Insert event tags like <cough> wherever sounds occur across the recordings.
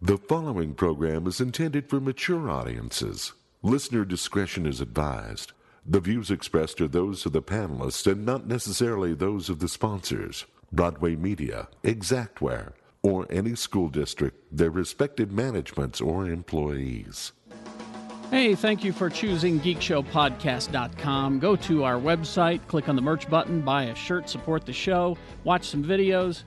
The following program is intended for mature audiences. Listener discretion is advised. The views expressed are those of the panelists and not necessarily those of the sponsors, Broadway Media, Exactware, or any school district, their respective managements or employees. Hey, thank you for choosing geekshowpodcast.com. Go to our website, click on the merch button, buy a shirt, support the show, watch some videos.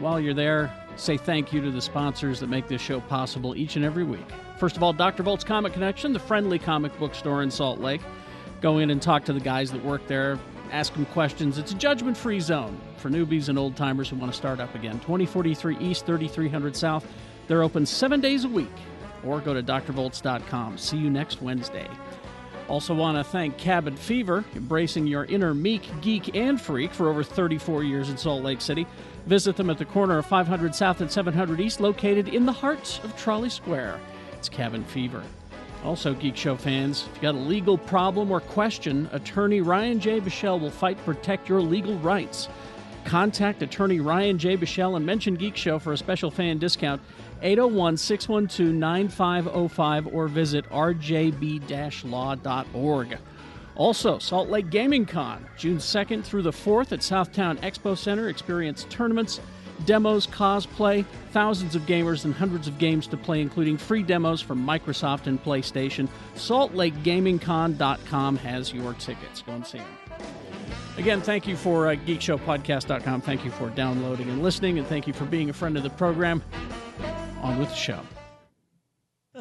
While you're there, say thank you to the sponsors that make this show possible each and every week. First of all, Dr. Volt's Comic Connection, the friendly comic book store in Salt Lake. Go in and talk to the guys that work there, ask them questions. It's a judgment free zone for newbies and old timers who want to start up again. 2043 East, 3300 South. They're open seven days a week. Or go to drvolts.com. See you next Wednesday. Also, want to thank Cabin Fever, embracing your inner meek, geek, and freak for over 34 years in Salt Lake City. Visit them at the corner of 500 South and 700 East, located in the heart of Trolley Square. It's Cabin Fever. Also, Geek Show fans, if you got a legal problem or question, attorney Ryan J. Bichelle will fight to protect your legal rights. Contact attorney Ryan J. Bichelle and mention Geek Show for a special fan discount 801 612 9505 or visit rjb law.org. Also, Salt Lake Gaming Con, June 2nd through the 4th at Southtown Expo Center. Experience tournaments, demos, cosplay, thousands of gamers, and hundreds of games to play, including free demos from Microsoft and PlayStation. SaltLakeGamingCon.com has your tickets. Go and see them. Again, thank you for uh, geekshowpodcast.com. Thank you for downloading and listening, and thank you for being a friend of the program. On with the show.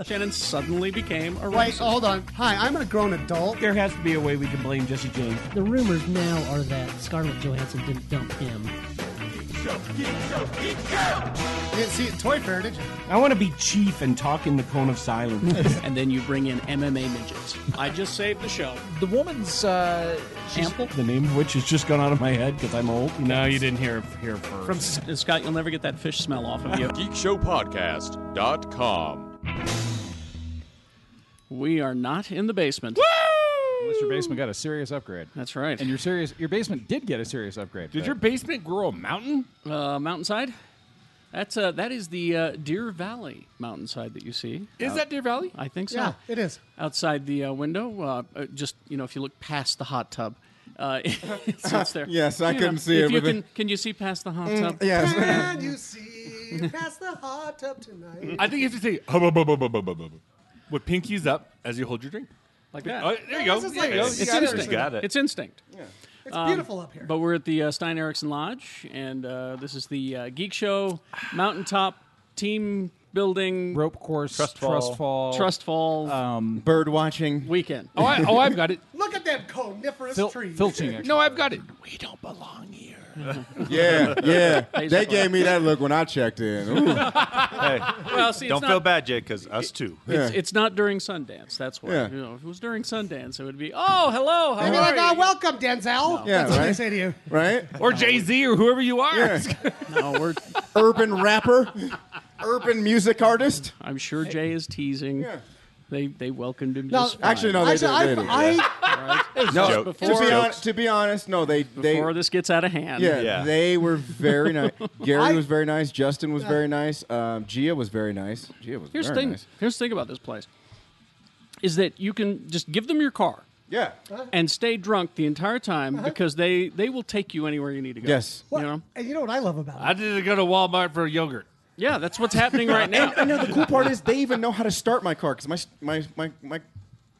Shannon suddenly became a Wait, oh, racist. hold on. Hi, I'm a grown adult. There has to be a way we can blame Jesse James. The rumors now are that Scarlett Johansson didn't dump him. You didn't see it at Toy Fair, did you? I want to be chief and talk in the cone of silence. And then you bring in MMA midgets. I just saved the show. The woman's uh, <laughs> Ample. the name of which has just gone out of my head because I'm old. No, you didn't hear here first. From Scott, you'll never get that fish smell off of you. GeekShowPodcast.com. we are not in the basement. unless your basement got a serious upgrade. That's right. And your serious your basement did get a serious upgrade. Did your basement grow a mountain? uh, mountainside. That's uh, that is the uh, Deer Valley mountainside that you see. Is that Deer Valley? I think so. Yeah, it is. Outside the uh, window, uh, uh, just you know, if you look past the hot tub, uh, <laughs> it sits there. Yes, I You couldn't see if you everything. can, can you see past the hot Mm, <laughs> tub? Yes. And you see past the hot tub tonight. I think you have to say hubba bubba bubba bubba bubba with pinkies up as you hold your drink. like that. Oh, there you go. This is There like- you go. this You is it's instinct. got it. You got it. It's instinct. It's beautiful up here. But we're at the uh, Stein Erickson Lodge, and uh, this is the uh, Geek Show Mountaintop Team Building rope course trust, fall. fall, Trust Falls Bird watching. weekend. Oh, I, oh, I've <laughs> got it. Look at that coniferous fil- tree. filching. Actually. No, I've got it. We don't belong here. <laughs> Yeah, <laughs> yeah. They gave me that look when I checked <laughs> in. Ooh, Well, see, it's Don't not- feel bad, Jake, because us too. It's, it's not during Sundance. That's why. Yeah. You know, if it was during Sundance, it would be, <laughs> oh, hello, how I'd be are like, you? oh, welcome, Denzel. Yeah, That's what they right. say to you. <laughs> right? Or Jay Z or whoever you are. Yeah. No, we're, Urban rapper, urban music artist. I'm sure Jay is teasing. Yeah. They they welcomed him. No, just fine. Actually, no, they Actually, did. I, They did. I, <laughs> No, Jokes. to be, Before- hon- to be honest, no, they they before this gets out of hand. yeah, Yeah. they were very <laughs> nice. Gary I- was very nice. Justin was very nice. Um, Gia was very nice. Gia was Here's the very thing. nice. Here's the thing about this place, is that you can just give them your car Yeah. Uh-huh. and stay drunk the entire time because they they will take you anywhere you need to go. Yes. what, You know? And you know what I love about it? I did go to Walmart for yogurt. Yeah, that's what's <laughs> happening right now. And now the cool part is they even know how to start my car because my, my my my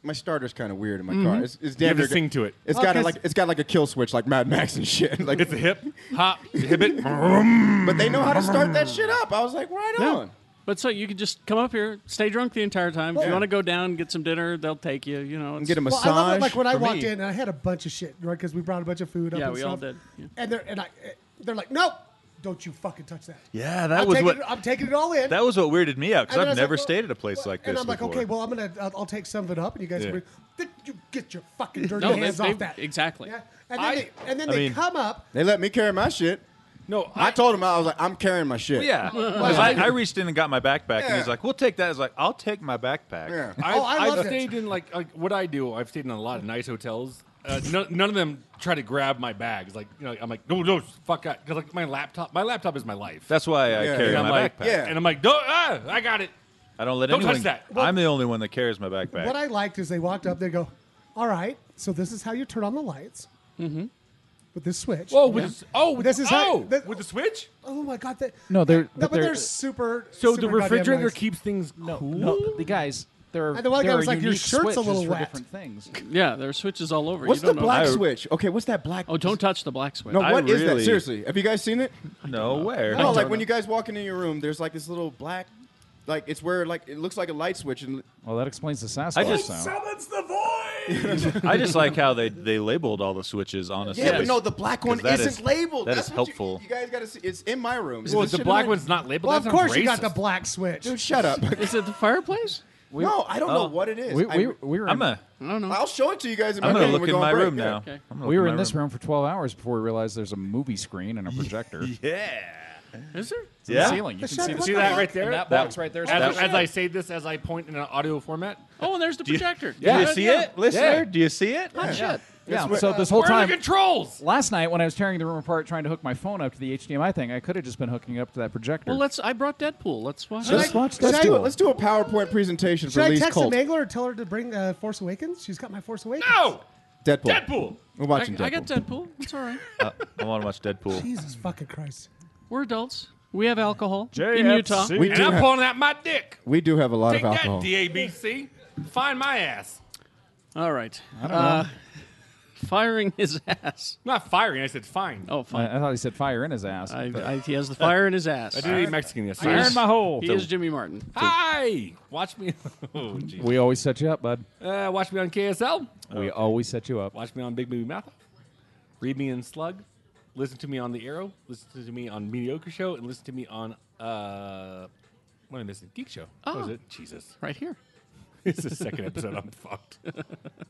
my starter's kind of weird in my car. It's, it's damn Mm-hmm. have to near got- sing to it. It's Well, got a, 'cause- like it's got like a kill switch like Mad Max and shit. <laughs> Like It's a hip hop hip it. <laughs> But they know how to start <laughs> that shit up. I was like, right on. But so you could just come up here, stay drunk the entire time. If you want to go down, get some dinner, they'll take you. You know, it's- Get a Well, massage. I love it. Like when I for walked me. in, and I had a bunch of shit, right? Because we brought a bunch of food up. Yeah, and we all stuff. did. Yeah. And they're and I, they're like, nope, don't you fucking touch that. Yeah, that I'm was taking what it- I'm taking it all in. that was what weirded me out And because then I I've was never like, well, stayed at a place like and this. I'm like, before. okay, well, I'm gonna, I'll, I'll take some of it up, and you guys, Yeah. can bring, you get your <laughs> fucking dirty No, they- hands they- off that. exactly. Yeah. And then I- they, and then I they mean- come up. They let me carry my shit. No, I, told him I was like, I'm carrying my shit. yeah, <laughs> 'Cause I, <laughs> I reached in and got my backpack, and Yeah. he's like, "We'll take that." I was like, "I'll take my backpack." Yeah. I've, Oh, I I've loved it. stayed in like, like what I do. I've stayed in a lot of nice hotels, uh, no, none of them try to grab my bags. Like, you know, I'm like, no, no, fuck out. Because like my laptop, my laptop is my life. That's why I Yeah. carry And I'm my like, backpack. Yeah. and I'm like, no, ah, I got it. I don't let Don't touch anyone. that. I'm the only one that carries my backpack. What I liked is they walked up, they go, All right, so this is how you turn on the lights with this switch. Whoa, with the, oh, with This the, is how- oh, that- with the switch. Oh my God. That, No, they're- No, but but they're, they're- super. So super the goddamn refrigerator nice. keeps things cool. No, the guys, there are, And the one there guy are was like, "Your unique shirt's a switches little for wet." different things. Yeah, there are switches all over. What's you the don't know. black switch? Okay, what's that black? Oh, don't touch the black switch. No, I what is really- that? Seriously, have you guys seen it? no, where? No, like when you guys walk into your room, there's like this little black, like it's where like it looks like a light switch, and Well, that explains the Sasquatch I just- sound. Summons the void. I just like how they, they labeled all the switches, honestly. yeah, but no, the black one 'Cause that isn't is- labeled. that That's is what you- helpful. You, guys got to see. It's in my room. Well, This the shit black in my- one's not labeled. Well, That of sounds course you got the racist. black switch. Dude, shut <laughs> up. Is it the fireplace? no, I don't know what it is. We, we, I, we were I'm in, a. I'll show it to you guys. In my I'm gonna room. look We're in going my break. room Yeah. now. Okay. I'm gonna we look were in in my this room for 12 hours before we realized there's a movie screen <laughs> and a projector. Yeah. Is there? It's in Yeah. the ceiling. You can shut- see the what See the that heck? right there? And that That- box right there. As, as I say this, as I point in an audio format, Oh, and there's the projector. Do you Yeah, see yeah. it, listener? Do you see it? yeah. Oh, yeah. So this whole where are time, the controls? last night when I was tearing the room apart trying to hook my phone up to the HDMI thing, I could have just been hooking it up to that projector. Well, let's. I brought Deadpool. Let's watch. Should it. I- watch should this I- Let's do it. Let's do a PowerPoint presentation Should for I Lee's text cult. a Mangler or tell her to bring uh, Force Awakens? She's got my Force Awakens. No, Deadpool. Deadpool. We're I, watching Deadpool. I got Deadpool. It's all right. Uh, I want to watch Deadpool. Jesus fucking Christ. We're adults. We have alcohol in Utah. We And do I'm have- pulling out my dick. We do have a lot Take of that, alcohol. DABC. Find my ass. All right. Uh, <laughs> firing his ass. I'm not firing. I said fine. Oh, fine. I, I thought he said fire in his ass. I, I, he has the fire in his ass. I didn't eat Mexican yesterday. Fire in my hole. He is Jimmy Martin. Hi. Watch me. <laughs> Oh, geez. We <laughs> always set you up, <laughs> bud. Uh, watch me on KSL. We always set you up. Watch me on Big Movie Mouth. Off. Read me in Slug. Listen to me on The Arrow. Listen to me on Mediocre Show. And listen to me on, uh, what am I missing? Geek Show. What was Oh. it? Jesus. Right <laughs> here. It's the second episode. I'm fucked. <laughs>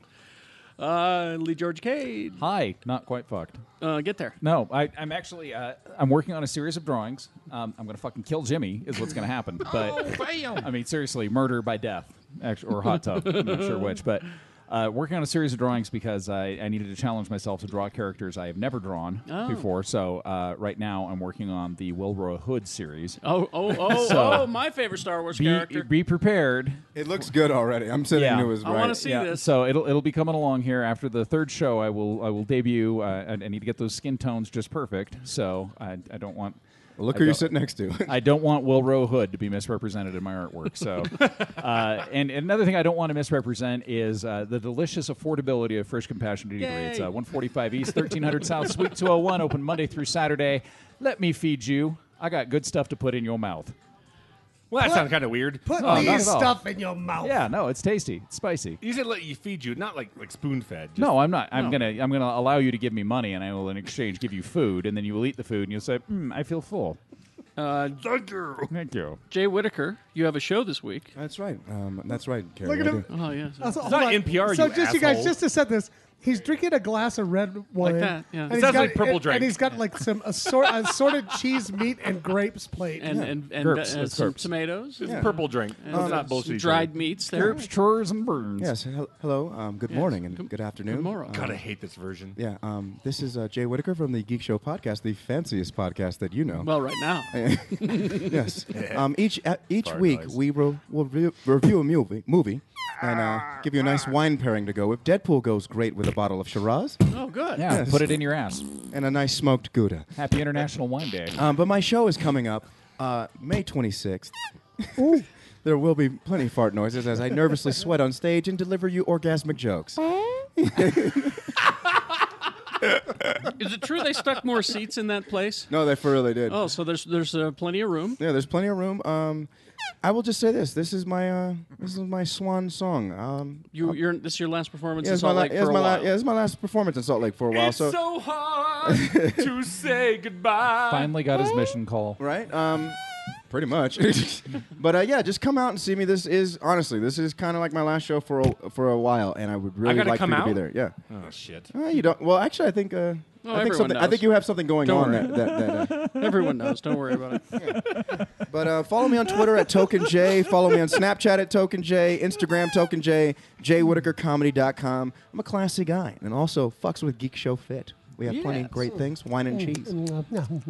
Uh, Lee George Cade. Hi. Not quite fucked. Uh, get there. No, I, I'm actually uh, I'm working on a series of drawings. Um, I'm gonna fucking kill Jimmy is what's gonna <laughs> happen. Oh, But I mean, seriously, murder by death, act- or hot tub. I'm not sure which, but uh, working on a series of drawings because I, I needed to challenge myself to draw characters I have never drawn Oh. before. So uh, right now I'm working on the Wilbur Hood series. Oh, <laughs> oh, oh, So- oh! My favorite Star Wars Be, character. be prepared. It looks good already. I'm sitting Yeah. to his I right. wanna see- this. So it'll it'll be coming along here after the third show. I will I will debut. Uh, I, I need to get those skin tones just perfect. So I, I don't want. Look I who you're don't- sitting next to. <laughs> I don't want Will Rowe Hood to be misrepresented in my artwork. <laughs> So, uh, and, and another thing I don't want to misrepresent is uh, the delicious affordability of Fresh Compassion Duty Free. It's uh, Yay. 145 East, 1300 South, Suite 201, open Monday through Saturday. Let me feed you. I got good stuff to put in your mouth. Well, that sounds kind of weird. Oh, Put not Lee's at all. stuff in your mouth. Yeah, no, it's tasty. It's spicy. You said let you feed you, not like like spoon fed. Just, No, I'm not. I'm gonna. I'm gonna allow you to give me money, and I will in exchange give you food, and then you will eat the food, and you'll say, mm, "I feel full." Thank you. Jay Whitaker, you have a show this week. that's right. Um, that's right. Carrie, Look at I him. do. Oh yes. Also, hold not on. NPR, Uh, So you just you guys, asshole. just to set this, he's drinking a glass of red wine. that, yeah. It he's sounds like purple and, drink. And he's got like some assort, <laughs> assorted cheese, meat, and grapes plate. And and and, Gerps, uh, it's some gerps. tomatoes, It's purple drink. it's not bullshit. some dried meats. There. Herbs, chores, and burns. Yes. hel- Hello. Um, good morning and good afternoon. Good morrow. God, I hate this version. yeah. Um, this is uh, Jay Whitaker from the Geek Show podcast, the fanciest podcast that you know. Well, right now. <laughs> <laughs> yes. Um, each uh, each week we re- will re- review a movie, movie and uh, give you a nice wine pairing to go with. Deadpool goes great with a bottle of Shiraz Oh, good. Yeah, Yes. put it in your ass. and a nice smoked Gouda. Happy International Wine Day. Um, but my show is coming up uh, May 26th. <laughs> there will be plenty of fart noises as I nervously sweat on stage and deliver you orgasmic jokes. <laughs> Is it true they stuck more seats in that place? No, they for really did. Oh, so there's there's uh, plenty of room. Yeah, there's plenty of room. Um, I will just say this: this is my uh, this is my swan song. Um, You, you're this is your last performance yeah, in it's my, Salt la- Lake yeah, for it's a my la- while. yeah, it's my last performance in Salt Lake for a while. It's so so, hard to say goodbye. Finally got his mission call. right, um, pretty much. <laughs> <laughs> but uh, yeah, just come out and see me. This is honestly, this is kind of like my last show for a, for a while, and I would really gotta like come you to be out? there. Yeah, Oh shit. Uh, you don't. Well, actually, I think uh, Oh, I think everyone something. I knows. think you have something going Don't on worry. that. that, that uh, <laughs> Everyone knows. Don't <laughs> worry about it. <laughs> But uh, follow me on Twitter at Token J. Follow me on Snapchat at Token J. Instagram Token J. JWhitakerComedy.com. I'm a classy guy, and also fucks with Geek Show Fit. We have plenty of great things: wine <laughs> and cheese.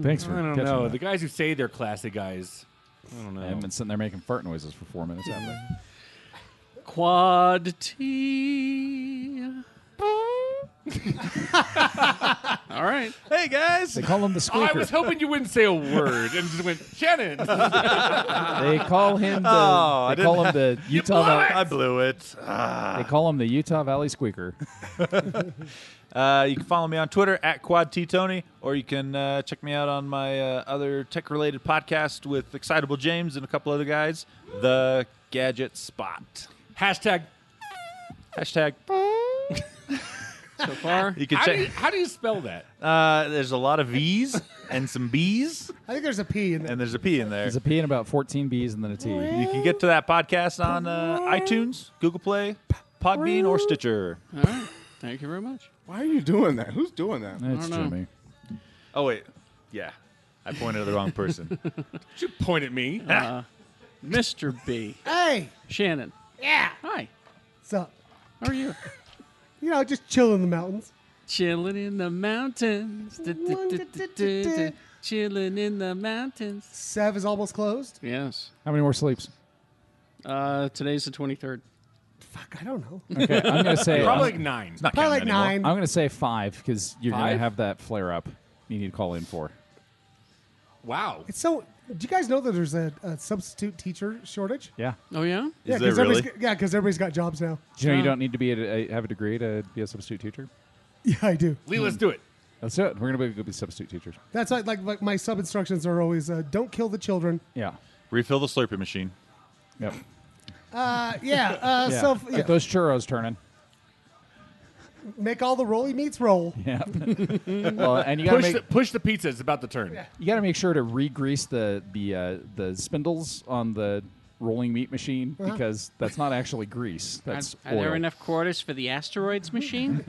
Thanks for I don't catching know. that. The guys who say they're classic guys. I don't know. I've been sitting there making fart noises for four minutes. haven't I? <laughs> Quad T. All right. Hey guys, they call him the I squeaker. was hoping you wouldn't say a word and just went Shannon. they call him the. Oh, I they call him didn't- the Utah. Valley, I blew it. they call him the Utah Valley Squeaker. Uh, you can follow me on Twitter at Quad T Tony, or you can uh, check me out on my uh, other tech-related podcast with Excitable James and a couple other guys, The Gadget Spot. Hashtag. Hashtag. <laughs> So far, You can How do you, check. how do you spell that? Uh, there's a lot of V's and some B's, I think there's a P in there. and there's a P in there. There's a P and about 14 B's and then a T. You can get to that podcast on uh, iTunes, Google Play, Podbean, or Stitcher. thank you very much. Why are you doing that? Who's doing that? It's know. Jimmy. Oh wait, yeah, I pointed to the <laughs> wrong person. Did you point at me? Mr. Uh, B. Hey, Shannon. Yeah. Hi. what's up? How are you? You know, just chill in the mountains. Chilling in the mountains. Du- du- du- du- du- du. Chilling in the mountains. Sev is almost closed. Yes. How many more sleeps? Uh, today's the 23rd. Fuck, I don't know. Okay, I'm gonna <laughs> say Probably I'm, like nine. It's not Probably like counting anymore. nine. I'm gonna say five because you're going Five? gonna have that flare up. You need to call in for. Wow. It's so. Do you guys know that there's a, a substitute teacher shortage? Yeah, Oh, yeah? Yeah, there everybody's g- really? yeah, 'cause everybody's got jobs now. do you know you don't need to be a, a, have a degree to be a substitute teacher? Yeah, I do. Lee, let's do it. Let's do it. We're gonna be, go be substitute teachers. That's like like, like my sub instructions are always uh, don't kill the children. <laughs> Yeah. Refill the Slurpee machine. Yep. Uh, yeah, uh, <laughs> Yeah. so Get yeah, those churros turning. <laughs> make all the roly meats roll. <laughs> <laughs> <laughs> Yeah. well, and you gotta Push make the, push the pizza. It's about to turn. you gotta make sure to re-grease the the uh, the spindles on the rolling meat machine Uh-huh. because that's not actually grease. Are, That's are oil. there enough quarters for the <laughs> asteroids machine?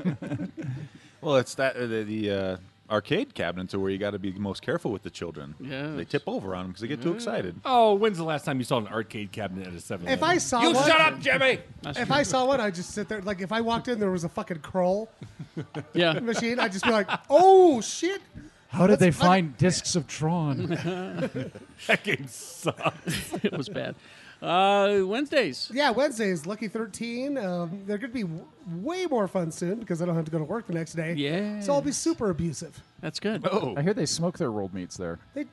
Well, it's that uh, the, the uh, arcade cabinets are where you got to be most careful with the children. Yes. they tip over on them because they get too excited. Oh, when's the last time you saw an arcade cabinet at a 7 If I saw You one, shut up, Jimmy! if I saw one, I would just sit there. Like if I walked in, there was a fucking crawl <laughs> yeah. machine. I'd just be like, oh shit. How did they Let's- find discs of Tron? <laughs> That game sucks. <laughs> it was bad. Uh, Wednesdays. Yeah, Wednesday is Lucky Thirteen. Um, they're gonna be w- way more fun soon because I don't have to go to work the next day. so I'll be Yes. super abusive. That's good. Oh. I hear they smoke their rolled meats there. They,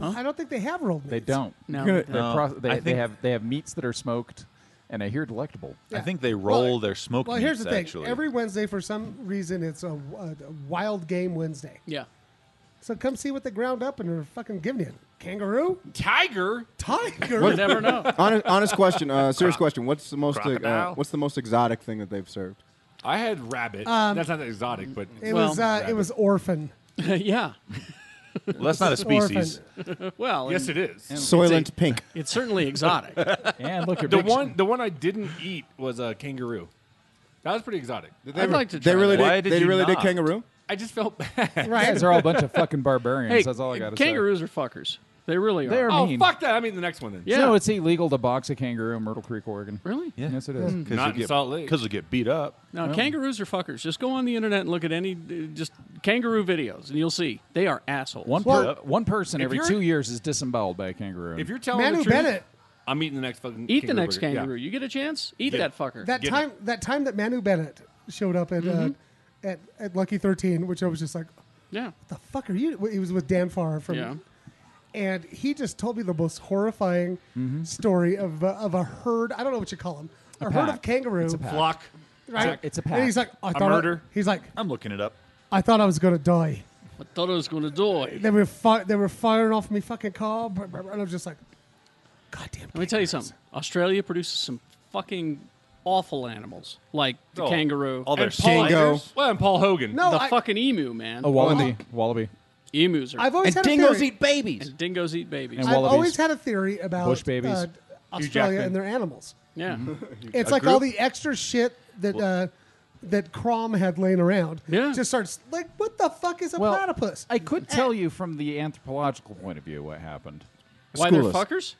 I don't think they have rolled meats. They don't. No. They're No. pro- they, I they think- have they have meats that are smoked, and I hear delectable. I think they roll Well, their smoke. Well, here's the meats, thing. Actually, Every Wednesday, for some reason, it's a, a wild game Wednesday. Yeah. So come see what they ground up and are fucking giving you. Kangaroo, Tiger? tiger. You never know. <laughs> honest, honest question. Uh, serious question. What's the most uh, Crocodile? What's the most exotic thing that they've served? I had rabbit. That's not that exotic, Um, but It Well- was uh, it was orphan. <laughs> yeah. well, that's not a species. Orphan. Well, yes, and it is. Soylent Pink. it's certainly exotic. And look at The one, the one I didn't eat was a kangaroo. That was pretty exotic. I'd like to try They really that. Why did. did they you really did not? kangaroo. I just felt bad. You <laughs> Right. guys are all a bunch of fucking barbarians. Hey, That's all I gotta kangaroos are fuckers. They really are. say. They're Oh, mean. fuck that. I mean, the next one then. Yeah. No, it's illegal to box a kangaroo in Myrtle Creek, Oregon. really? Yeah. Yes, it is. Not in Salt Lake. because they get beat up. No, kangaroos are fuckers. Just go on the internet and look at any uh, just kangaroo videos, and you'll see they are assholes. One, per, one person every you're- two years is disemboweled by a kangaroo. If you're telling Manu the truth, Bennett. I'm eating the next fucking Eat the kangaroo next burger. Yeah. kangaroo. You get a chance, eat that fucker. That Get time that time that Manu Bennett showed up at Mm-hmm. uh, at at Lucky Thirteen, which I was just like, yeah. the fuck are you? He was with Dan Farr from, Yeah. and he just told me the most horrifying story of a, of a herd. I don't know what you call them. A, herd of pack. kangaroo. It's a pack. Flock. Right? It's a And he's like, pack. I thought I- murder. he's like, I'm looking it up. I thought I was gonna die. I thought I was going to die. They were fi- they were firing off my fucking car, br- br- br- and I was just like, God damn. Let me tell you something. Australia produces some fucking awful animals, like the Oh, kangaroo, All their And Paul, Dingo. Well, and Paul Hogan. No, the I, fucking emu, man. a wallaby, wallaby, Emus are. I've always And had a dingoes theory. eat babies. and dingoes eat babies. And I've wallabies. always had a theory about Bush babies. Mm-hmm. uh, Hugh Australia Jackman. <laughs> and their animals. yeah. It's like all the extra shit that uh, that Crom had laying around. Yeah. Just starts like, what the fuck is a Well, platypus? Eh. I could tell you from the anthropological point of view what happened. Why they're School us. fuckers?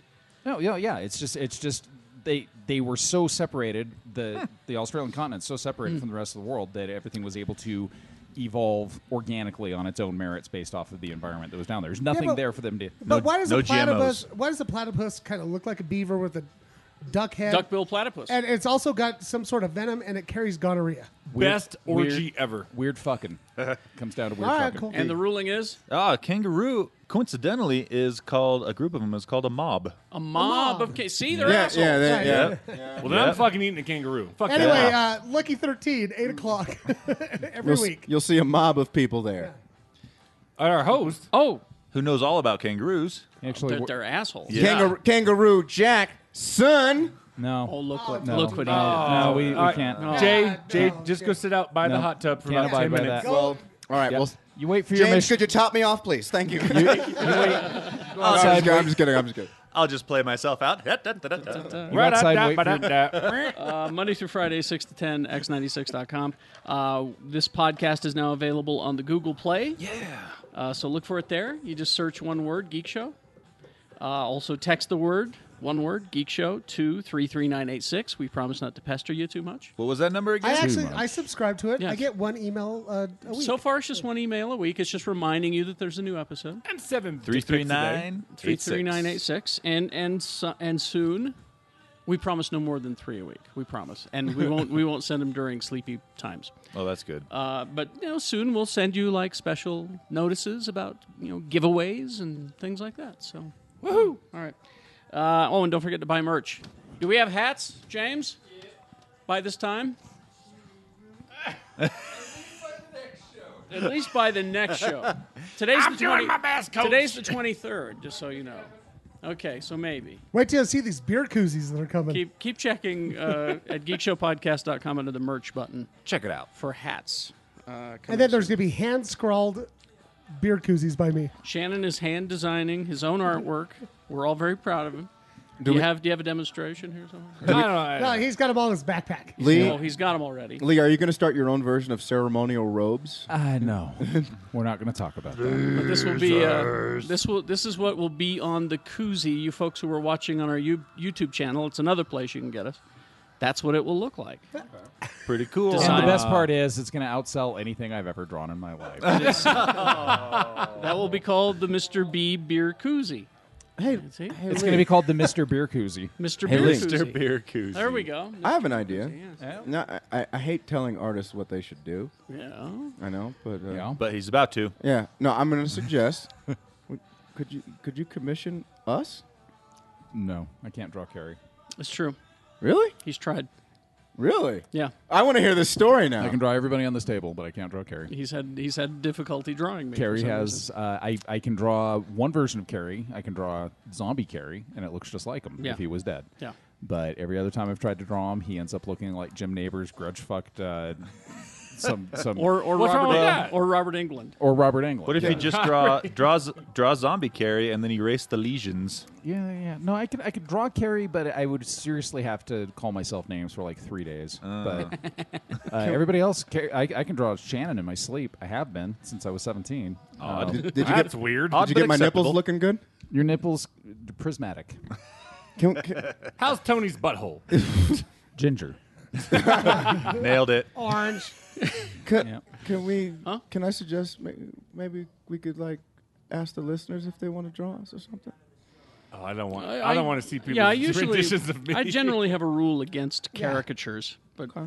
No, yeah, yeah. It's just it's just they they were so separated the the Australian continent so Hmm. separated from the rest of the world that everything was able to evolve organically on its own merits based off of the environment that was down there. There's nothing but- there for them to. But why does no a platypus? Why does a platypus kind of look like a beaver with a duck head? Duckbill platypus. and it's also got some sort of venom, and it carries gonorrhea. Best weird- orgy ever. Weird <laughs> fucking comes down to weird All right, fucking. cool. And the ruling is Ah, kangaroo coincidentally is called a group of them is called a mob. a mob of ca- see they're Yeah, assholes. yeah, that- yeah. Well, then I'm fucking eating a kangaroo. <laughs> Fuck Anyway, that. uh, Lucky Thirteen, eight o'clock <laughs> every You'll, s- week. you'll see a mob of people there. And our host, Oh, Who knows all about kangaroos? Actually, they're, we're- they're assholes. <laughs> Kangaroo, kangaroo Jack, son. no. Oh, look what no. look what he did. No, we, we All right. can't. No. Jay, Ah, Jay, no, just good. go sit out by the No. hot tub for Can't about ten abide by minutes. that. Well, all right. Yep. Well, You wait for your James, mission. could you top me off, please? Thank <laughs> you. No, I'm, just kidding, I'm just kidding. I'm just kidding. I'll just play myself out. <laughs> That's You go outside, wait for your- <laughs> <laughs> Uh, Monday through Friday, 6 to 10, x96.com. Uh, this podcast is now available on the Google Play. Yeah. Uh, so look for it there. You just search one word, Geek Show. Uh, also, text the word, one word, Geek Show, to 33986. We promise not to pester you too much. what was that number again? I actually I subscribe to it. Yes. I get one email uh, a week. So far, it's just one email a week. It's just reminding you that there's a new episode. I'm seven. Three three nine Three three nine eight six, and and so, and soon, we promise no more than three a week. We promise, and <laughs> we won't we won't send them during sleepy times. Oh, that's good. Uh, but you know, soon we'll send you like special notices about you know giveaways and things like that. So, woohoo! All right. Uh, oh, and don't forget to buy merch. Do we have hats, James? By this time. At least by the next show. Today's the 20 best, Today's the 23rd, just so you know. Okay, so maybe. Wait till you see these beer koozies that are coming. Keep keep checking uh, at geekshowpodcast.com under the merch button Check it out. for hats. Uh, and then there's gonna be hand scrawled beer koozies by me. Shannon is hand designing his own artwork. We're all very proud of him. Do, you have do you have a demonstration here somewhere? No, no, No, no, no. he's got them all in his backpack. Lee, Oh, he's got them already. Lee, are you going to start your own version of ceremonial robes? Ah, <laughs> no. We're not going to talk about that. But this will be uh, this will this is what will be on the koozie. You folks who are watching on our you, YouTube channel, it's another place you can get us. That's what it will <laughs> look like. Pretty cool. And Design- the best part is, it's going to outsell anything I've ever drawn in my <laughs> life. uh, That will be called the Mr. B Beer Koozie. Hey, See? It's going to be called the Mr. Beer Koozie. Mr. Hey, Beer Lee. Koozie. beer koozie. There we go. I have an idea. No, I- I, I hate telling artists what they should do. Yeah. I know, but uh, Yeah. But he's about to. yeah. No, I'm going <laughs> to suggest. would- could you could you commission us? No, I can't draw Carrie. It's true. Really? He's tried. Really? Yeah. I want to hear this story now. I can draw everybody on this table, but I can't draw Carrie. He's had he's had difficulty drawing me. for Carrie some has. reason. Uh, I I can draw one version of Carrie. I can draw zombie Carrie, and it looks just like him Yeah. if he was dead. Yeah. But every other time I've tried to draw him, he ends up looking like Jim Neighbors, grudge fucked, uh, <laughs> some some or or What's wrong Robert with Eng- that? or Robert England. or Robert Englund. What if yeah. <laughs> <laughs> you just draw draws draw zombie carry and then erase the lesions? Yeah, yeah. No, I could I could draw Carrie, but I would seriously have to call myself names for like three days. <laughs> But uh, everybody else, Car- I, I can draw Shannon in my sleep. I have been since I was seventeen. Um, Did, did you get That's weird. did Odd you but get my acceptable. nipples looking good? your nipples uh, prismatic, <laughs> Can, can, How's <laughs> Tony's butthole? ginger. <laughs> Nailed it. Orange. can, Yeah. can we? Can I suggest may- maybe we could like ask the listeners if they want to draw us or something? Oh, I don't want. I, don't want to see people. <laughs> Yeah, I usually. renditions of me. I generally have a rule against caricatures, but <laughs>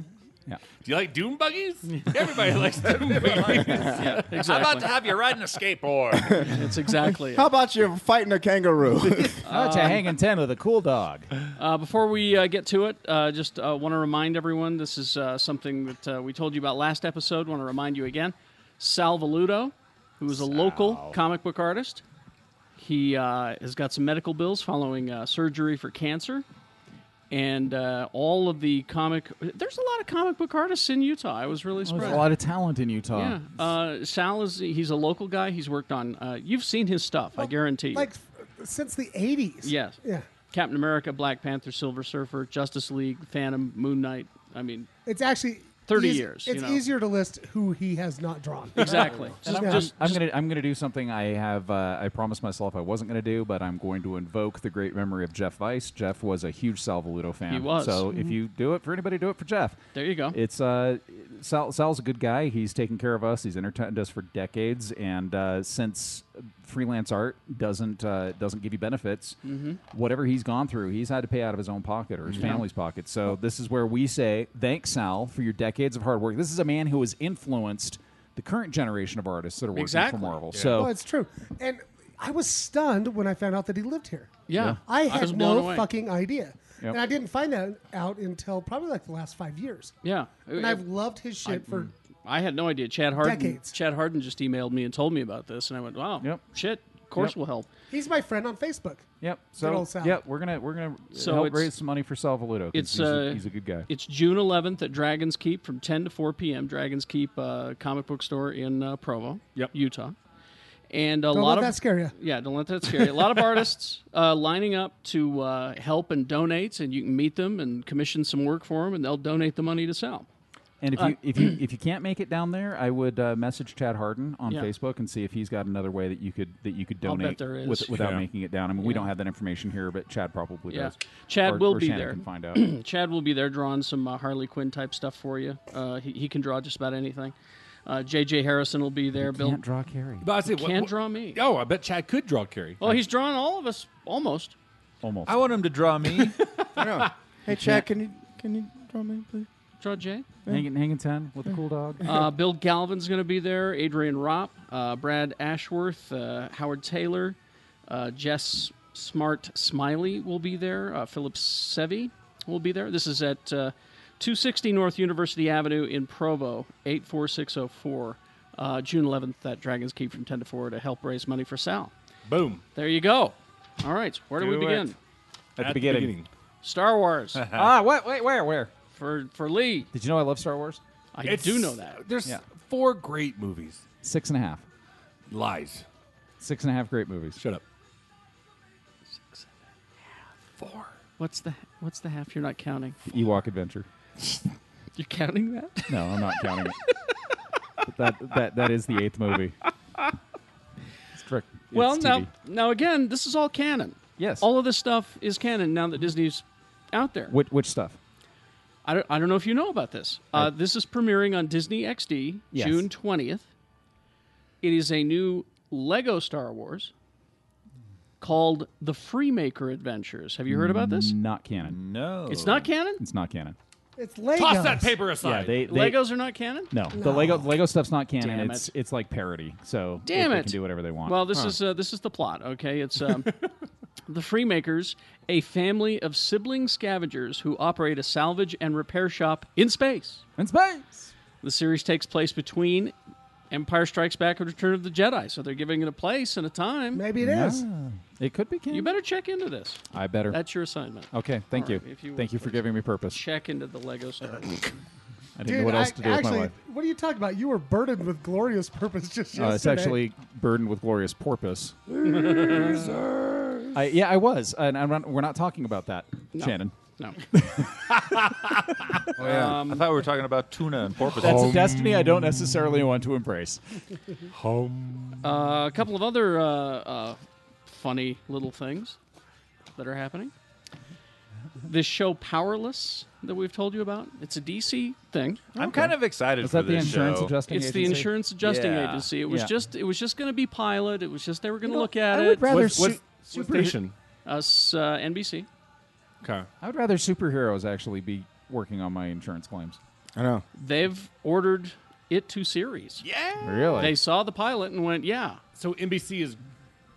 Do you like doom buggies? Everybody <laughs> likes doom buggies. yeah, <laughs> exactly. have you riding a skateboard. That's exactly. How It. about you fighting <laughs> a kangaroo? Um, How about you hanging ten with Oh, a cool dog? Uh, before we uh, get to it, uh, just uh, want to remind everyone this is uh, something that uh, we told you about last episode. Want to remind you again, Sal Valuto, who is a local comic book artist. He uh, has got some medical bills following uh, surgery for cancer. And uh, all of the comic, there's a lot of comic book artists in Utah. I was really surprised. There's a lot of talent in Utah. Yeah, uh, Sal is he's a local guy. He's worked on. Uh, you've seen his stuff, I guarantee. you. Like since the '80s. yes, Yeah. Captain America, Black Panther, Silver Surfer, Justice League, Phantom, Moon Knight. I mean, It's actually 30 eas- years. It's you know. easier to list who he has not drawn. <laughs> Exactly. And Just- I'm, just- I'm gonna I'm gonna do something I have uh, I promised myself I wasn't gonna do, but I'm going to invoke the great memory of Jeff Weiss. Jeff was a huge Sal Valuto fan. He was. So if you do it for anybody, do it for Jeff. There you go. It's uh, Sal, Sal's a good guy. He's taken care of us. He's entertained us for decades. And uh, since freelance art doesn't uh, doesn't give you benefits, Mm-hmm. whatever he's gone through, he's had to pay out of his own pocket or his family's pocket. So this is where we say thanks, Sal, for your decades of hard work. This is a man who has influenced the current generation of artists that are working Exactly. for Marvel. So Oh, it's true. And I was stunned when I found out that he lived here. Yeah. I I had was blown no away. fucking idea. Yep. And I didn't find that out until probably like the last five years. yeah. And I've loved his shit for. I had no idea. Chad Harden. Decades. Chad Harden just emailed me and told me about this, and I went, "Wow, Yep. shit, of course Yep. will help." He's my friend on Facebook. Yep. Good So old Sal. yeah, we're gonna we're gonna So help it's- raise some money for Sal Valuto. 'cause It's he's, uh, a, he's a good guy. It's June 11th at Dragons Keep from 10 to 4 p.m. Dragons Keep uh, comic book store in uh, Provo, Yep. Utah. And a Don't lot let of that scare you. Yeah, don't let that scare you. <laughs> A lot of artists uh, lining up to uh, help and donate, and you can meet them and commission some work for them, and they'll donate the money to Sal. And Uh, if you if <clears throat> you if you can't make it down there, I would uh, message Chad Harden on Yeah. Facebook and see if he's got another way that you could that you could I'll donate bet there is. with- without Yeah. making it down. I mean, we don't have that information here, but Chad probably Yeah. does. Chad Or- will or be Shannon there. Can <clears throat> find out. Chad will be there drawing some uh, Harley Quinn type stuff for you. Uh, he, he can draw just about anything. Uh, JJ Harrison will be there. Bill Can't draw Carrie. But I say, what- can't what- draw me. Oh, I bet Chad could draw Carrie. Well, he's drawn all of us almost. Almost. I want him to draw me. I know. Hey, Chad, can you can you draw me, please? Draw <laughs> Jay. hanging hanging ten with a cool dog. Uh, Bill Galvin's going to be there. Adrian Ropp, uh, Brad Ashworth, uh, Howard Taylor, uh, Jess Smart Smiley will be there. Uh, Philip Sevi will be there. This is at uh, 260 North University Avenue in Provo, 84604, uh, June 11th at Dragons Keep from 10 to 4 to help raise money for Sal. Boom. There you go. All right, where do, we Do it. begin? At, the beginning. Star Wars <laughs> Ah, what? Wait, where? Where? for for Lee. <laughs> Did you know I love Star Wars? I do know that. There's Yeah. four great <laughs> movies. Six and a half. Lies. Six and a half great movies. Shut up. What's the what's the half you're not counting? Ewok Adventure. You're counting that? No, I'm not counting <laughs> it. but that that that is the eighth movie. It's direct- it's Well, TV. now, now again, this is all canon. Yes. All of this stuff is canon now that Disney's out there. Which, which stuff? I, don't, I don't know if you know about this. Uh, this is premiering on Disney XD Yes. June 20th. It is a new Lego Star Wars called The Freemaker Adventures. Have you heard about this? Not canon. No. It's not canon? It's not canon. It's Legos. Toss that paper aside. they, Legos are not canon? No, the Lego Lego stuff's not canon. Damn it's it. it's like parody. So Damn they, it. can do whatever they want. Well, this is uh, this is the plot. Okay, <laughs> it's um, the Freemakers, a family of sibling scavengers who operate a salvage and repair shop in space. in space. The series takes place between Empire Strikes Back and Return of the Jedi, so they're giving it a place and a time. Maybe it is. It could be canon. You better check into this. I better. That's your assignment. okay, thank All you. right, if you thank would, you for please. giving me purpose. Check into the <laughs> Lego Star. Wars. I didn't Dude, know what else to do I, with my actually, life. what are you talking about? You were burdened with glorious purpose <laughs> just yesterday. Uh, it's actually burdened with glorious porpoise. I, yeah, I was, and I'm not, we're not talking about that, Shannon. <laughs> No. Oh, yeah. I thought we were talking about tuna and porpoise. That's a destiny I don't necessarily want to embrace. Uh, a couple of other uh, uh, funny little things that are happening. This show, Powerless, that we've told you about, it's a DC thing. I'm kind of excited Is for that the this insurance show. adjusting? It's the agency? insurance adjusting Yeah. agency. It was Yeah. just it was just going to be pilot. It was just they were going to know, look at I it. would rather- What's, what's, Su- what's the mission? Us uh, NBC. Okay. I would rather superheroes actually be working on my insurance claims. I know. They've ordered it to series. Yeah. Really? They saw the pilot and went, yeah, So NBC is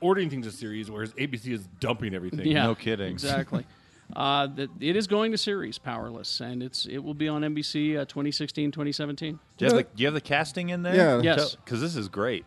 ordering things to series, whereas ABC is dumping everything. yeah, No kidding. <laughs> <laughs> exactly. uh, that it is going to series, Powerless, and it's it will be on NBC uh, 2016, 2017. Do you, have the, do you have the casting in there? Yeah. Yes. Because this is great.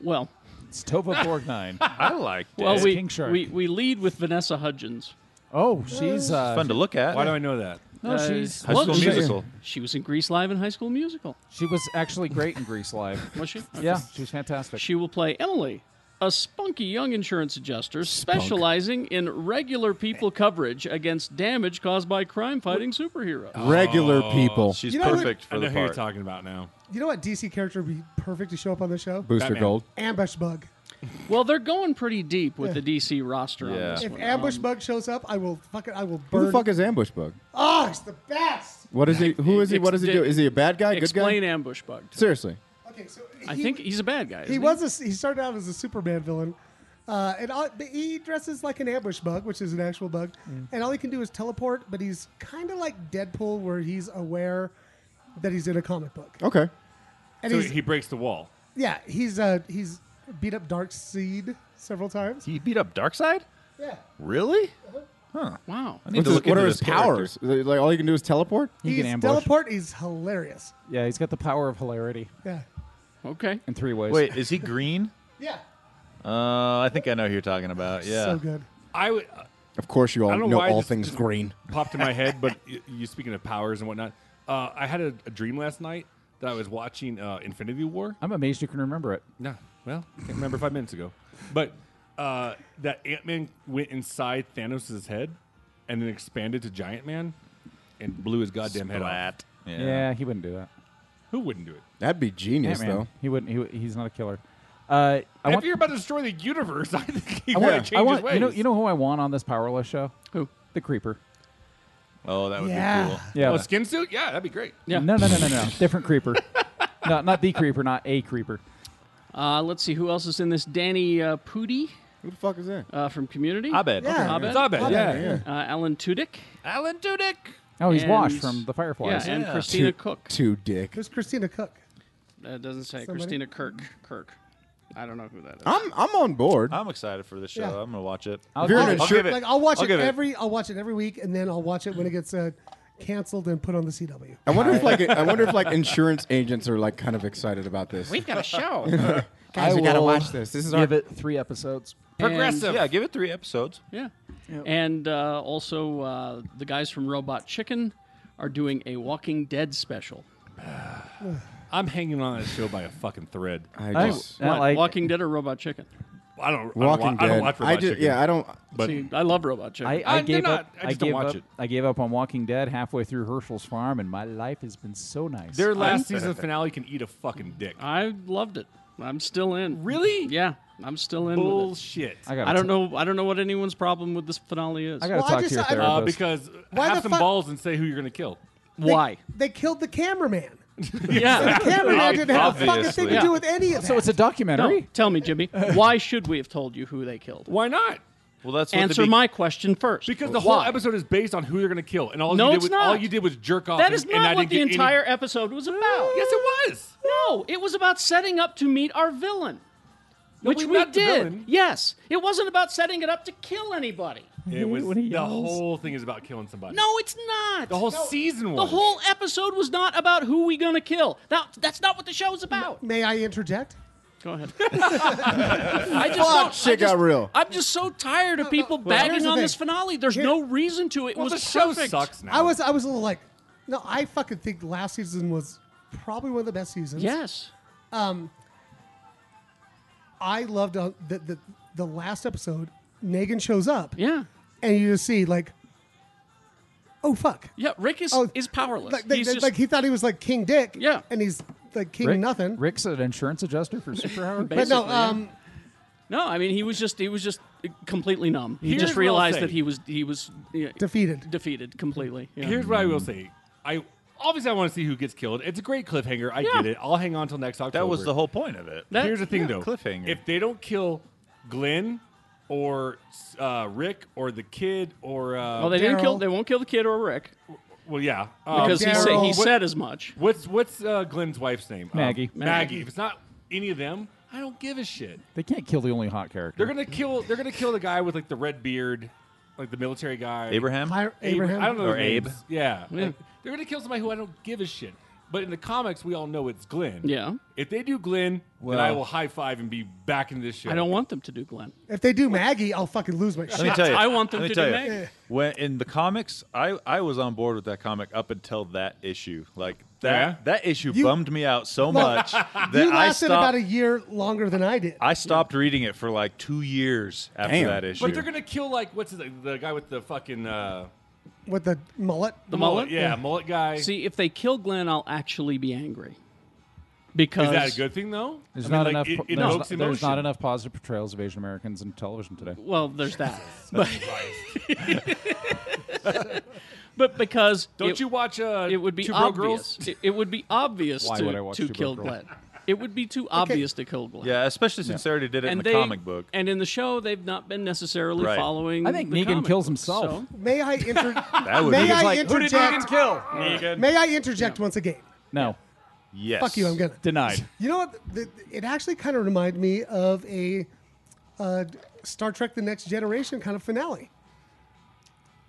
Well, It's Tova Borgnine. I liked it. well, we, King Shark. we we lead with Vanessa Hudgens. oh, she's uh, fun to look at. Why do I know that? No, Uh, she's High School Well, she- Musical. She was in Grease Live and High School Musical. she was actually great in Grease Live. <laughs> Was she? Okay. yeah, she was fantastic. She will play Emily a spunky young insurance adjuster specializing in regular people coverage against damage caused by crime fighting superheroes. Regular Oh, people. Oh. She's You know what- perfect I for know the who you're part. talking about now. You know what DC character would be perfect to show up on the show? Booster Batman. Gold. Ambush Bug. Well, they're going pretty deep with the DC roster on Yeah. this If one. Ambush Bug shows up, I will fucking I will burn. Who the fuck is Ambush Bug? Oh, he's the best. What is he? Who is he? What does he do? Is he a bad guy? Good Explain guy? ambush bug. to- Seriously. Okay, so I he- think he's a bad guy. he isn't was a, he started out as a Superman villain, uh, and all, but he dresses like an ambush bug, which is an actual bug, and all he can do is teleport. But he's kind of like Deadpool, where he's aware that he's in a comic book, Okay. and So he's he breaks the wall. yeah he's uh, he's beat up Dark Seed several times. He beat up Darkseid? yeah, Really? Wow. I need What's to his, what look into are this his character. powers? Is it Like all he can do is teleport. Oh. He he's can ambush. teleport. He's hilarious. Yeah, he's got the power of hilarity Yeah, Okay. in three ways. Wait, is he green? yeah, Uh, I think I know who you're talking about. Yeah. so good. I would, uh, Of course, you all I don't know, know why all this things just- green. popped in my <laughs> head, but y- you speaking of powers and whatnot, uh, I had a, a dream last night that I was watching uh, Infinity War. I'm amazed you can remember it. No, well, I can't remember five minutes ago, but uh, that Ant Man went inside Thanos' head and then expanded to Giant Man and blew his goddamn head off. Splat. Yeah. Yeah, he wouldn't do that. Who wouldn't do it? That'd be genius, Ant-Man, though. He wouldn't. He, would- he's not a killer. Uh, I if want. you're <laughs> about to destroy the universe, <laughs> I think he I would want, have changed I want- his ways. you know. You know who I want on this powerless show? Who? The creeper. Oh, that would Yeah. be cool. Yeah. Oh, a skin suit? Yeah, that'd be great. Yeah. No, no, no, no, no. <laughs> no. <laughs> Different creeper. no, not the creeper, not a creeper. Uh, let's see who else is in this. Danny uh, Pudi Who the fuck is that? uh, from Community. Abed. Yeah. Abed. It's Abed, yeah. Uh, Alan Tudyk. Alan Tudyk. Oh, he's And- washed from the Yeah, Fireflies. and Yeah. Christina Cook. Two dick. There's Christina Cook. That doesn't say. Somebody? Christina Kirk. Kirk. I don't know who that is. I'm I'm on board. I'm excited for this show. Yeah. I'm gonna watch it. I'll If you're give an it- insur- give it- Like I'll watch I'll it give it- every I'll watch it every week, and then I'll watch it when it gets uh, canceled and put on the CW. I wonder <laughs> if like I wonder if like insurance agents are like kind of excited about this. We've got a show. <laughs> Guys, I you gotta will watch this. This is our give it three episodes. Progressive. Yeah, give it three episodes. Yeah. And uh, also, uh, the guys from Robot Chicken are doing a Walking Dead special. I'm hanging on that show by a fucking thread. I I, just, I What, like Walking Dead or Robot Chicken? I don't. Walking I don't, wa- Dead. I don't watch. Robot just Chicken, yeah. I don't. <laughs> but See, I love Robot Chicken. Uh, I, I I did gave not- up. I just don't gave watch up. it. I gave up on Walking Dead halfway through Herschel's Farm, and my life has been so nice. their last season finale can eat a fucking dick. I loved it. I'm still in. Really? Yeah, I'm still in. With it. Bullshit. I, gotta I don't t- know. I don't know what anyone's problem with this finale is. I gotta Well, I talk just- to your I- Uh, therapist. because Why have the some fuck- balls and say who you're gonna kill. <laughs> Why? They killed <laughs> the cameraman. yeah. <laughs> Cameraman didn't have a fucking Obviously. thing to do with any of that. so it's a No, documentary. tell me, Jimmy. Why should we have told you who they killed? Why not? Well, that's what Answer the be- my question first. Because the whole Why? episode is based on who they're gonna kill, and all No, you did it's was not. all you did was jerk off. That and- is and I not what didn't the get any- entire episode was about. Yes, it was. No, it was about setting up to meet our villain, which we we met the did. villain. Yes, it wasn't about setting it up to kill anybody. It was. Mm-hmm. When he The yells. whole thing is about killing somebody. No, it's not. the whole season The was. whole episode was not about who we gonna kill. That, that's not what the show's about. May I interject? <laughs> Go ahead. <laughs> I just Fuck, don't- shit I just- got real. I'm just so tired of people here's bagging the on this thing. finale. There's no reason to. It Well, was the show perfect. sucks now. I was I was a little like, no, I fucking think last season was probably one of the best seasons. Um, Yes. I loved uh, the, the the last episode. Negan shows up, Yeah. and you just see like, oh fuck, Yeah. Rick is Oh, is powerless. like, they- He's they- just like he thought he was like King Dick, Yeah. and he's like King Rick- nothing. Rick's an insurance adjuster for <laughs> Superpower. but no, basically, yeah. um, No, I mean he was just he was just completely numb. He Here's just what I'll realized say. that he was he was yeah, defeated. defeated completely. Yeah. Here's what I will say. I obviously I want to see who gets killed. It's a great cliffhanger. I get Yeah. it. I'll hang on till next October. That was the whole point of it. That- Here's the thing, yeah, though. cliffhanger. If they don't kill Glenn or uh, Rick or the kid or uh, well, they didn't kill. Daryl. They won't kill the kid or Rick well, yeah, um, because he said he What- said as much. what's what's uh, Glenn's wife's name? Um, Maggie. Maggie. If it's not any of them, I don't give a shit. They can't kill the only hot character. They're gonna kill. They're gonna kill the guy with like the red beard, like the military guy. Abraham. Hi- Abe- Abraham. I don't know Or their names. Abe. Yeah. Yeah. Like, they're gonna kill somebody who I don't give a shit. But in the comics, we all know it's Glenn. Yeah. If they do Glenn, Well- then I will high five and be back in this show. I don't want them to do Glenn. If they do Maggie, I'll fucking lose my shit. Let me tell you. I want them let to me do tell you. Maggie. When in the comics, I I was on board with that comic up until that issue. Like That Yeah? that issue You- bummed me out <laughs> so much that you I lasted stopped. about a year longer than I did. I stopped reading it for like two years after Damn. that issue. But they're gonna kill like what's the, the guy with the fucking uh, with the mullet. The mullet? Yeah, mullet guy. See, if they kill Glenn, I'll actually be angry. Because is that a good thing though? There's I mean, not like, enough. It, po- it there's, evokes not, there's not emotion. enough positive portrayals of Asian Americans in television today. Well, there's <laughs> that. but, <laughs> but because Don't it, you watch? Uh, it would be Two Broke obvious. It, it would be obvious Why to, would I watch to Two Broke kill Girls? Glenn. It would be too obvious to kill Glenn. yeah, especially since they already did it in And the they, comic book. and in the show, they've not been necessarily Right. following. I think the Negan comic kills book, himself. so- May I inter- That would May be I Who did Negan interject? kill? May I interject once again? <laughs> No, yes. Fuck you, I'm gonna. denied. You know what? The, it actually kind of reminded me of a uh, Star Trek: The Next Generation kind of finale,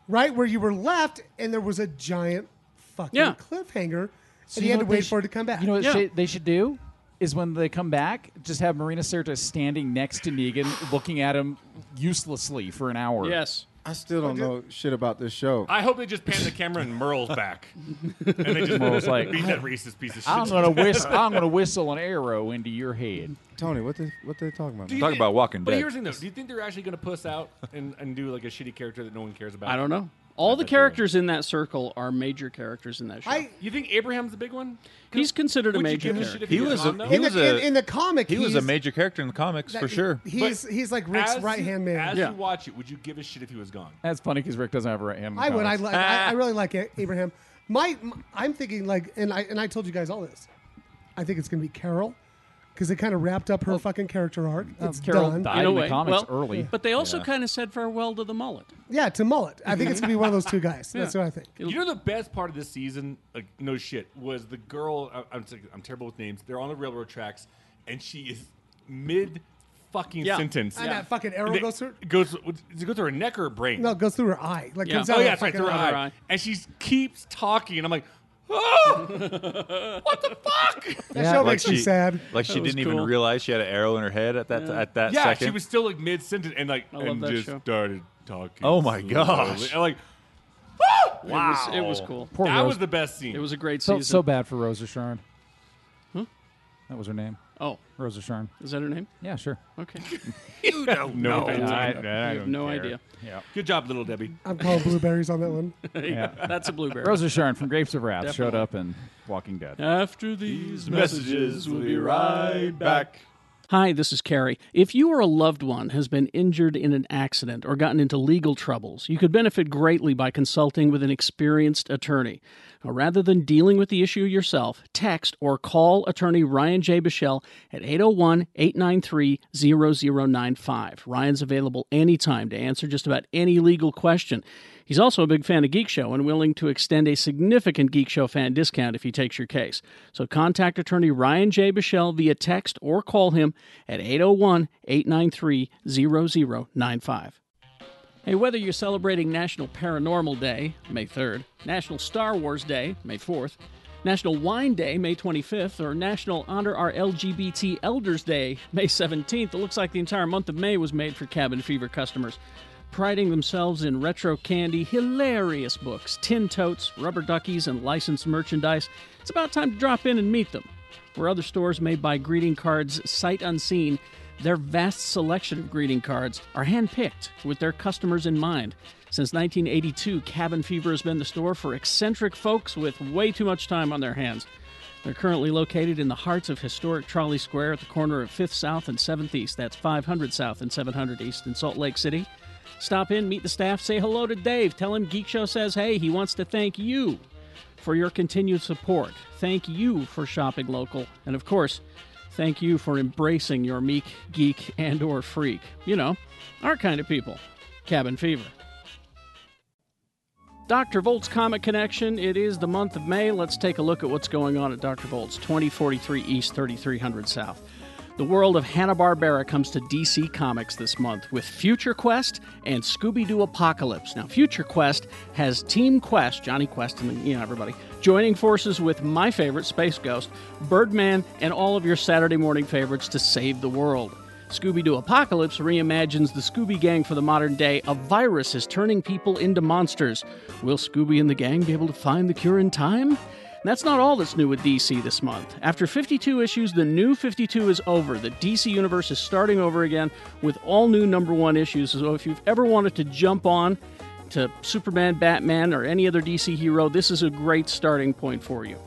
right? Where you were left, and there was a giant fucking Yeah. cliffhanger, So and you you know had to what they wait sh- for it to come back. You know what Yeah. sh- they should do is when they come back, just have Marina Sirtis standing next to Negan, looking at him uselessly for an hour. Yes. I still don't know shit about this show. I hope they just pan the camera and <laughs> Merle's back, and <laughs> they just Merle's like, beat that racist piece of shit. I'm gonna <laughs> whistle. I'm gonna whistle an arrow into your head. Tony, what they what they talking about? Do you Talk thi- about Walking But Dead. here's the thing, though. Do you think they're actually going to puss out and, and do like a shitty character that no one cares about? I don't know. All the characters in that circle are major characters in that show. I You think Abraham's the big one? He's considered a Would major you give a character. shit if He was was a- gone, though? he in, was the, a- in, in the comic, He was a he's- major character in the comics that- for sure. He's he's like Rick's As- right hand man. As Yeah. you watch it, would you give a shit if he was gone? That's funny because Rick doesn't have a right hand. in the I would. I, comics. like. I, I really like A- Abraham. My, m I'm thinking like, and I and I told you guys all this. I think it's gonna be Carol, because they kind of wrapped up her fucking character arc. It's Carol done. died in a in the way. comics Well, early. But they also kind of said farewell to the mullet. Yeah, to mullet. I think it's gonna be one of those two <laughs> guys. That's what I think. You know the best part of this season, like no shit, was the girl. I, I'm t- I'm terrible with names. They're on the railroad tracks, and she is mid fucking Yeah. sentence. And that fucking arrow They- goes through. Goes does it go through her neck or her brain? No, it goes through her eye. Like Yeah. comes out Oh of yeah, her it's right fucking through her eye. eye. eye. And she keeps talking, and I'm like, <laughs> oh, what the fuck? That show Like makes me she- sad. Like she was didn't cool. even realize she had an arrow in her head at that at that Yeah, second. she was still like mid sentence and like love and that just show. started talking. Oh, my slowly. gosh. And, like Wow. It was, it was cool. Poor that Rose. was the best scene. It <laughs> was a great so, season. so bad for Rosa Sharn. Hmm? That was her name, Oh, Rosa Sharn. is that her name? Yeah, sure. <laughs> Okay. no, offense. I have no idea. good job, little Debbie. I'm calling blueberries on that <laughs> one. <laughs> That's a blueberry. Rosa Sharn from Grapes of Wrath showed up in Walking Dead. After these messages, we'll be right back. Hi, this is Carrie. If you or a loved one has been injured in an accident or gotten into legal troubles, you could benefit greatly by consulting with an experienced attorney. Now, rather than dealing with the issue yourself, text or call attorney Ryan J. Bichelle at 801 893 0095. Ryan's available anytime to answer just about any legal question. He's also a big fan of Geek Show and willing to extend a significant Geek Show fan discount if he takes your case. So contact attorney Ryan J. Bichelle via text or call him at 801 893 0095. Hey, whether you're celebrating National Paranormal Day, May 3rd, National Star Wars Day, May 4th, National Wine Day, May 25th, or National Honor Our LGBT Elders Day, May 17th, it looks like the entire month of May was made for Cabin Fever customers. Priding themselves in retro candy, hilarious books, tin totes, rubber duckies, and licensed merchandise, it's about time to drop in and meet them. Where other stores may buy greeting cards sight unseen, their vast selection of greeting cards are handpicked with their customers in mind. Since 1982, Cabin Fever has been the store for eccentric folks with way too much time on their hands. They're currently located in the hearts of historic Trolley Square at the corner of 5th South and 7th East. That's 500 South and 700 East in Salt Lake City. Stop in, meet the staff, say hello to Dave. Tell him Geek Show says hey, he wants to thank you for your continued support. Thank you for shopping local, and of course, thank you for embracing your meek, geek, and or freak. You know, our kind of people. Cabin Fever. Dr. Volt's Comic Connection. It is the month of May. Let's take a look at what's going on at Dr. Volt's 2043 East, 3300 South. The world of Hanna-Barbera comes to DC Comics this month with Future Quest and Scooby-Doo Apocalypse. Now, Future Quest has Team Quest, Johnny Quest and you know everybody, joining forces with my favorite Space Ghost, Birdman, and all of your Saturday morning favorites to save the world. Scooby Doo Apocalypse reimagines the Scooby Gang for the modern day. A virus is turning people into monsters. Will Scooby and the gang be able to find the cure in time? And that's not all that's new with DC this month. After 52 issues, the new 52 is over. The DC Universe is starting over again with all new number one issues. So if you've ever wanted to jump on to Superman, Batman, or any other DC hero, this is a great starting point for you.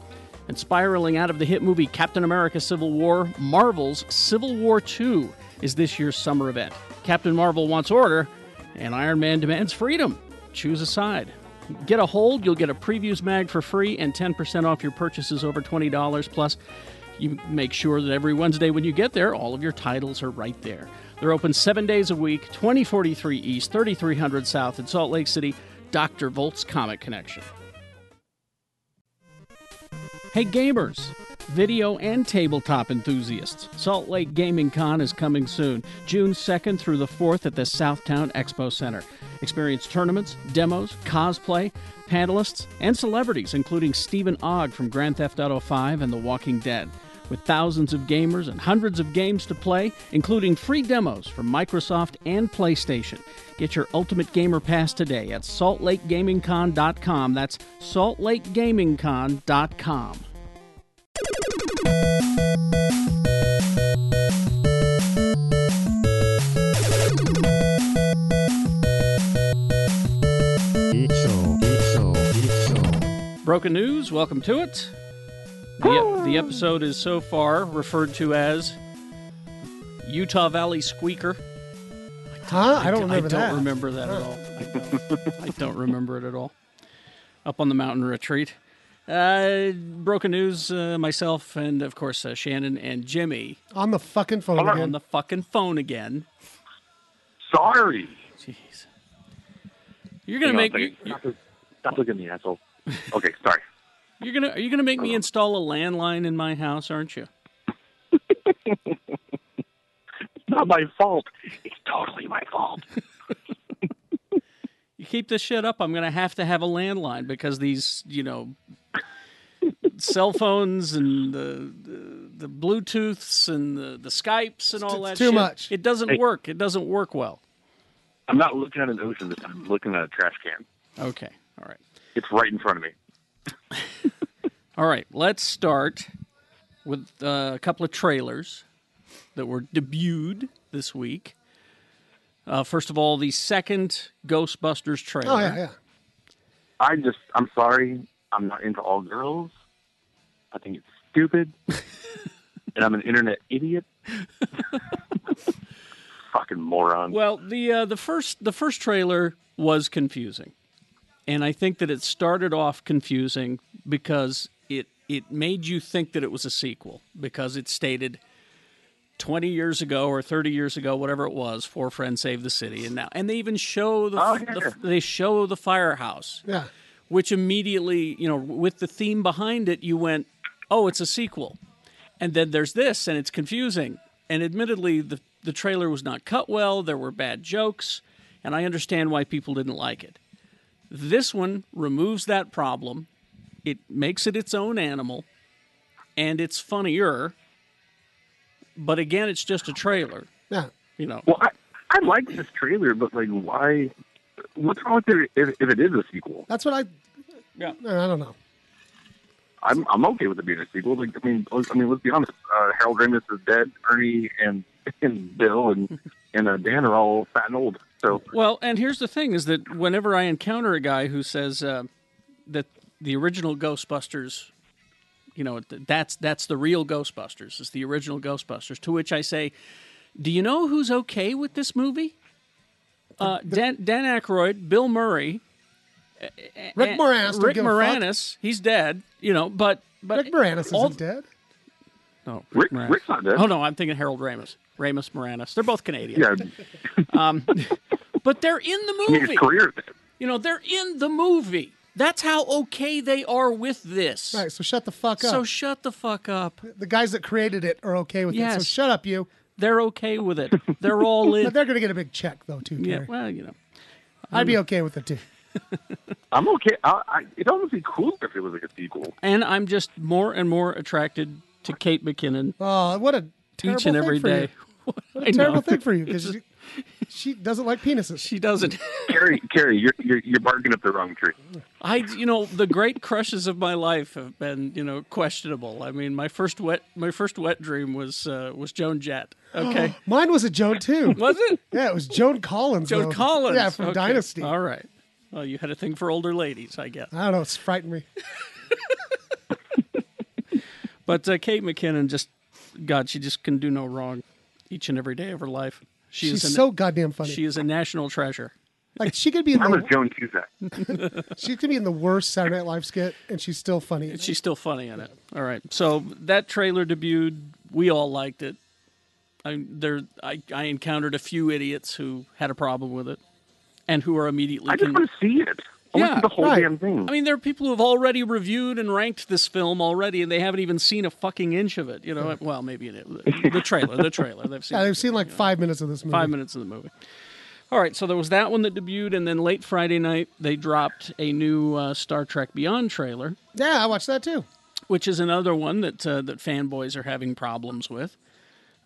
And spiraling out of the hit movie Captain America Civil War, Marvel's Civil War II is this year's summer event. Captain Marvel wants order, and Iron Man demands freedom. Choose a side. Get a hold, you'll get a previews mag for free and 10% off your purchases over $20. Plus, you make sure that every Wednesday when you get there, all of your titles are right there. They're open seven days a week, 2043 East, 3300 South in Salt Lake City. Dr. Volt's Comic Connection. Hey gamers, video and tabletop enthusiasts. Salt Lake Gaming Con is coming soon, June 2nd through the 4th at the Southtown Expo Center. Experience tournaments, demos, cosplay, panelists, and celebrities including Stephen Ogg from Grand Theft Auto 5 and The Walking Dead. With thousands of gamers and hundreds of games to play, including free demos from Microsoft and PlayStation. Get your Ultimate Gamer Pass today at saltlakegamingcon.com. That's saltlakegamingcon.com. Broken news, welcome to it. The, ep- the episode is so far referred to as Utah Valley Squeaker. Huh? Uh, I don't remember I don't that. remember that at all. I don't, I don't remember it at all. Up on the mountain retreat. Uh, broken news, uh, myself and, of course, uh, Shannon and Jimmy On the fucking phone are on again. the fucking phone again. Sorry. Jeez. You're going to make me... Stop looking at me, asshole. Okay, sorry. You're gonna are you gonna make me install a landline in my house, aren't you? It's not my fault. It's totally my fault. You keep this shit up, I'm gonna have to have a landline because these, you know, cell phones and the the, the Bluetooths and the, the Skypes and all that It's too shit, much. It doesn't Hey. work. It doesn't work well. I'm not looking at an ocean this time. I'm looking at a trash can. Okay. All right. It's right in front of me. All right. Let's start with uh, a couple of trailers that were debuted this week. Uh, first of all, the second Ghostbusters trailer. Oh yeah, yeah. I just, I'm sorry. I'm not into all girls. I think it's <laughs> stupid. and I'm an internet idiot. Fucking moron. Well, the uh, the first the first trailer was confusing, and I think that it started off confusing because it it made you think that it was a sequel because it stated. 20 years ago or 30 years ago whatever it was four friends save the city and now and they even show the, Oh, the yeah. they show the firehouse Yeah. which immediately, you know, with the theme behind it, you went, oh, it's a sequel. And then there's this, and it's confusing. And admittedly, the, the trailer was not cut well, there were bad jokes, and I understand why people didn't like it. This one removes that problem, it makes it its own animal, and it's funnier. But again, it's just a trailer, Yeah. you know. Well, I, I like this trailer, but like, why? What's wrong with it if, if it is a sequel? That's what I Yeah. I don't know. I'm I'm okay with it being a sequel. Like, I mean, let's, I mean, let's be honest. Uh, Harold Ramis is dead. Ernie and <laughs> and Bill and and uh, Dan are all fat and old. So Well, and here's the thing: is that whenever I encounter a guy who says uh, that the original Ghostbusters, you know, th- that's that's the real Ghostbusters, it's the original Ghostbusters, to which I say, "Do you know who's okay with this movie? Uh, Dan, Dan Aykroyd, Bill Murray, Rick and- Moranis. don't Eh, Rick give a fuck. Moranis. He's dead, you know, but but Rick Moranis isn't all- dead. No, Rick, Moranis. Rick's not dead. Oh no, I'm thinking Harold Ramis, Ramis Moranis. They're both Canadian, Um, Yeah, <laughs> but they're in the I mean, movie. his career. is dead. You know, they're in the movie. That's how okay they are with this. Right. So shut the fuck up. So shut the fuck up. the guys that created it are okay with it. So Yes. shut up, you. They're okay with it. <laughs> They're all But in. they're gonna get a big check though too. yeah, Terry. well, you know. Um, I'd be okay with it too. I'm okay. I, I, it'd almost be cool if it was like a <laughs> sequel. And I'm just more and more attracted to Kate McKinnon Oh, what a terrible each and every <laughs> thing for you. day. What a terrible thing for you because She doesn't like penises. She doesn't. Carrie, Carrie, you're, you're you're barking up the wrong tree. I, you know, the great crushes of my life have been, you know, questionable. I mean, my first wet, my first wet dream was uh, was <gasps> Joan Jett. Okay, Mine was a Joan too. was it Yeah, it was Joan Collins. Joan though. Collins? Yeah, from Okay. Dynasty. All right. Well, you had a thing for older ladies, I guess. I don't know. It's frightened me. But uh, Kate McKinnon just, God, she just can do no wrong, each and every day of her life. She She's is a- so goddamn funny. <laughs> She is a national treasure. Like she could be in Mine was the Joan Cusack. she could be in the worst Saturday Night Live skit, and she's still funny. She's still funny in it. All right. So that trailer debuted. We all liked it. I there I, I encountered a few idiots who had a problem with it and who are immediately I just con- want to see it. I want to see the whole right. damn thing. I mean, there are people who have already reviewed and ranked this film already, and they haven't even seen a fucking inch of it. You know, well, maybe it, the trailer, the trailer. They've <laughs> seen Yeah, I've seen like five minutes of this movie. five minutes of the movie. All right, so there was that one that debuted, and then late Friday night they dropped a new uh, Star Trek Beyond trailer, Yeah, I watched that too. which is another one that uh, that fanboys are having problems with.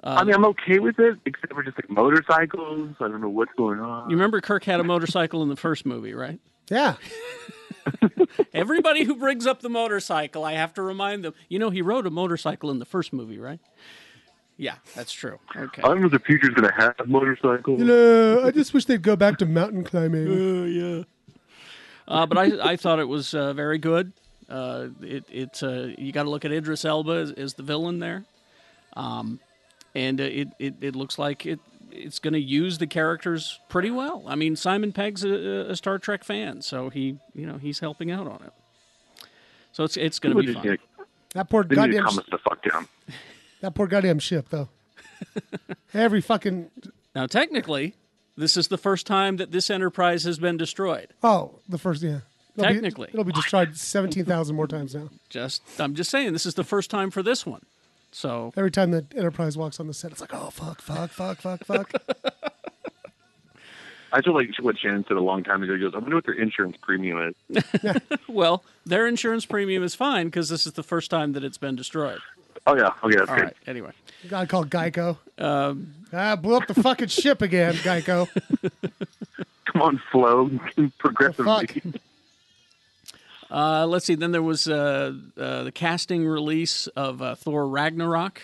Uh, I mean, I'm okay with it, except for just like motorcycles. I don't know what's going on. You remember Kirk had a motorcycle in the first movie, right? Yeah, <laughs> Everybody who brings up the motorcycle, I have to remind them. You know, he rode a motorcycle in the first movie, right? Yeah, that's true. Okay. I don't know if the future's going to have motorcycles. no, I just wish they'd go back to mountain <laughs> climbing. Oh, yeah. Uh, but I, I thought it was uh, very good. Uh, it, it, uh, you got to look at Idris Elba as, as the villain there, um, and uh, it, it, it looks like it it's going to use the characters pretty well. I mean, Simon Pegg's a, a Star Trek fan, so he you know he's helping out on it. So it's it's going to They be fun. need to- That poor they need to goddamn calm us the fuck down. that poor goddamn ship <laughs> though. Every fucking Now, technically, this is the first time that this Enterprise has been destroyed. oh the first yeah. It'll be- Technically. it'll be destroyed seventeen thousand more times now. Just I'm just saying this is the first time for this one. So Every time the Enterprise walks on the set, it's like oh fuck, fuck, fuck, fuck, <laughs> fuck. I feel like what Shannon said a long time ago. He goes, I wonder what their insurance premium is. Well, their insurance premium is fine because this is the first time that it's been destroyed. Oh yeah, okay, that's All good. right. Anyway, Uh, God called Geico. Um, ah, blew up the fucking ship again, Geico. Come on, <laughs> flow <laughs> progressively. Fuck. uh, let's see. Then there was uh, uh, the casting release of uh, Thor Ragnarok,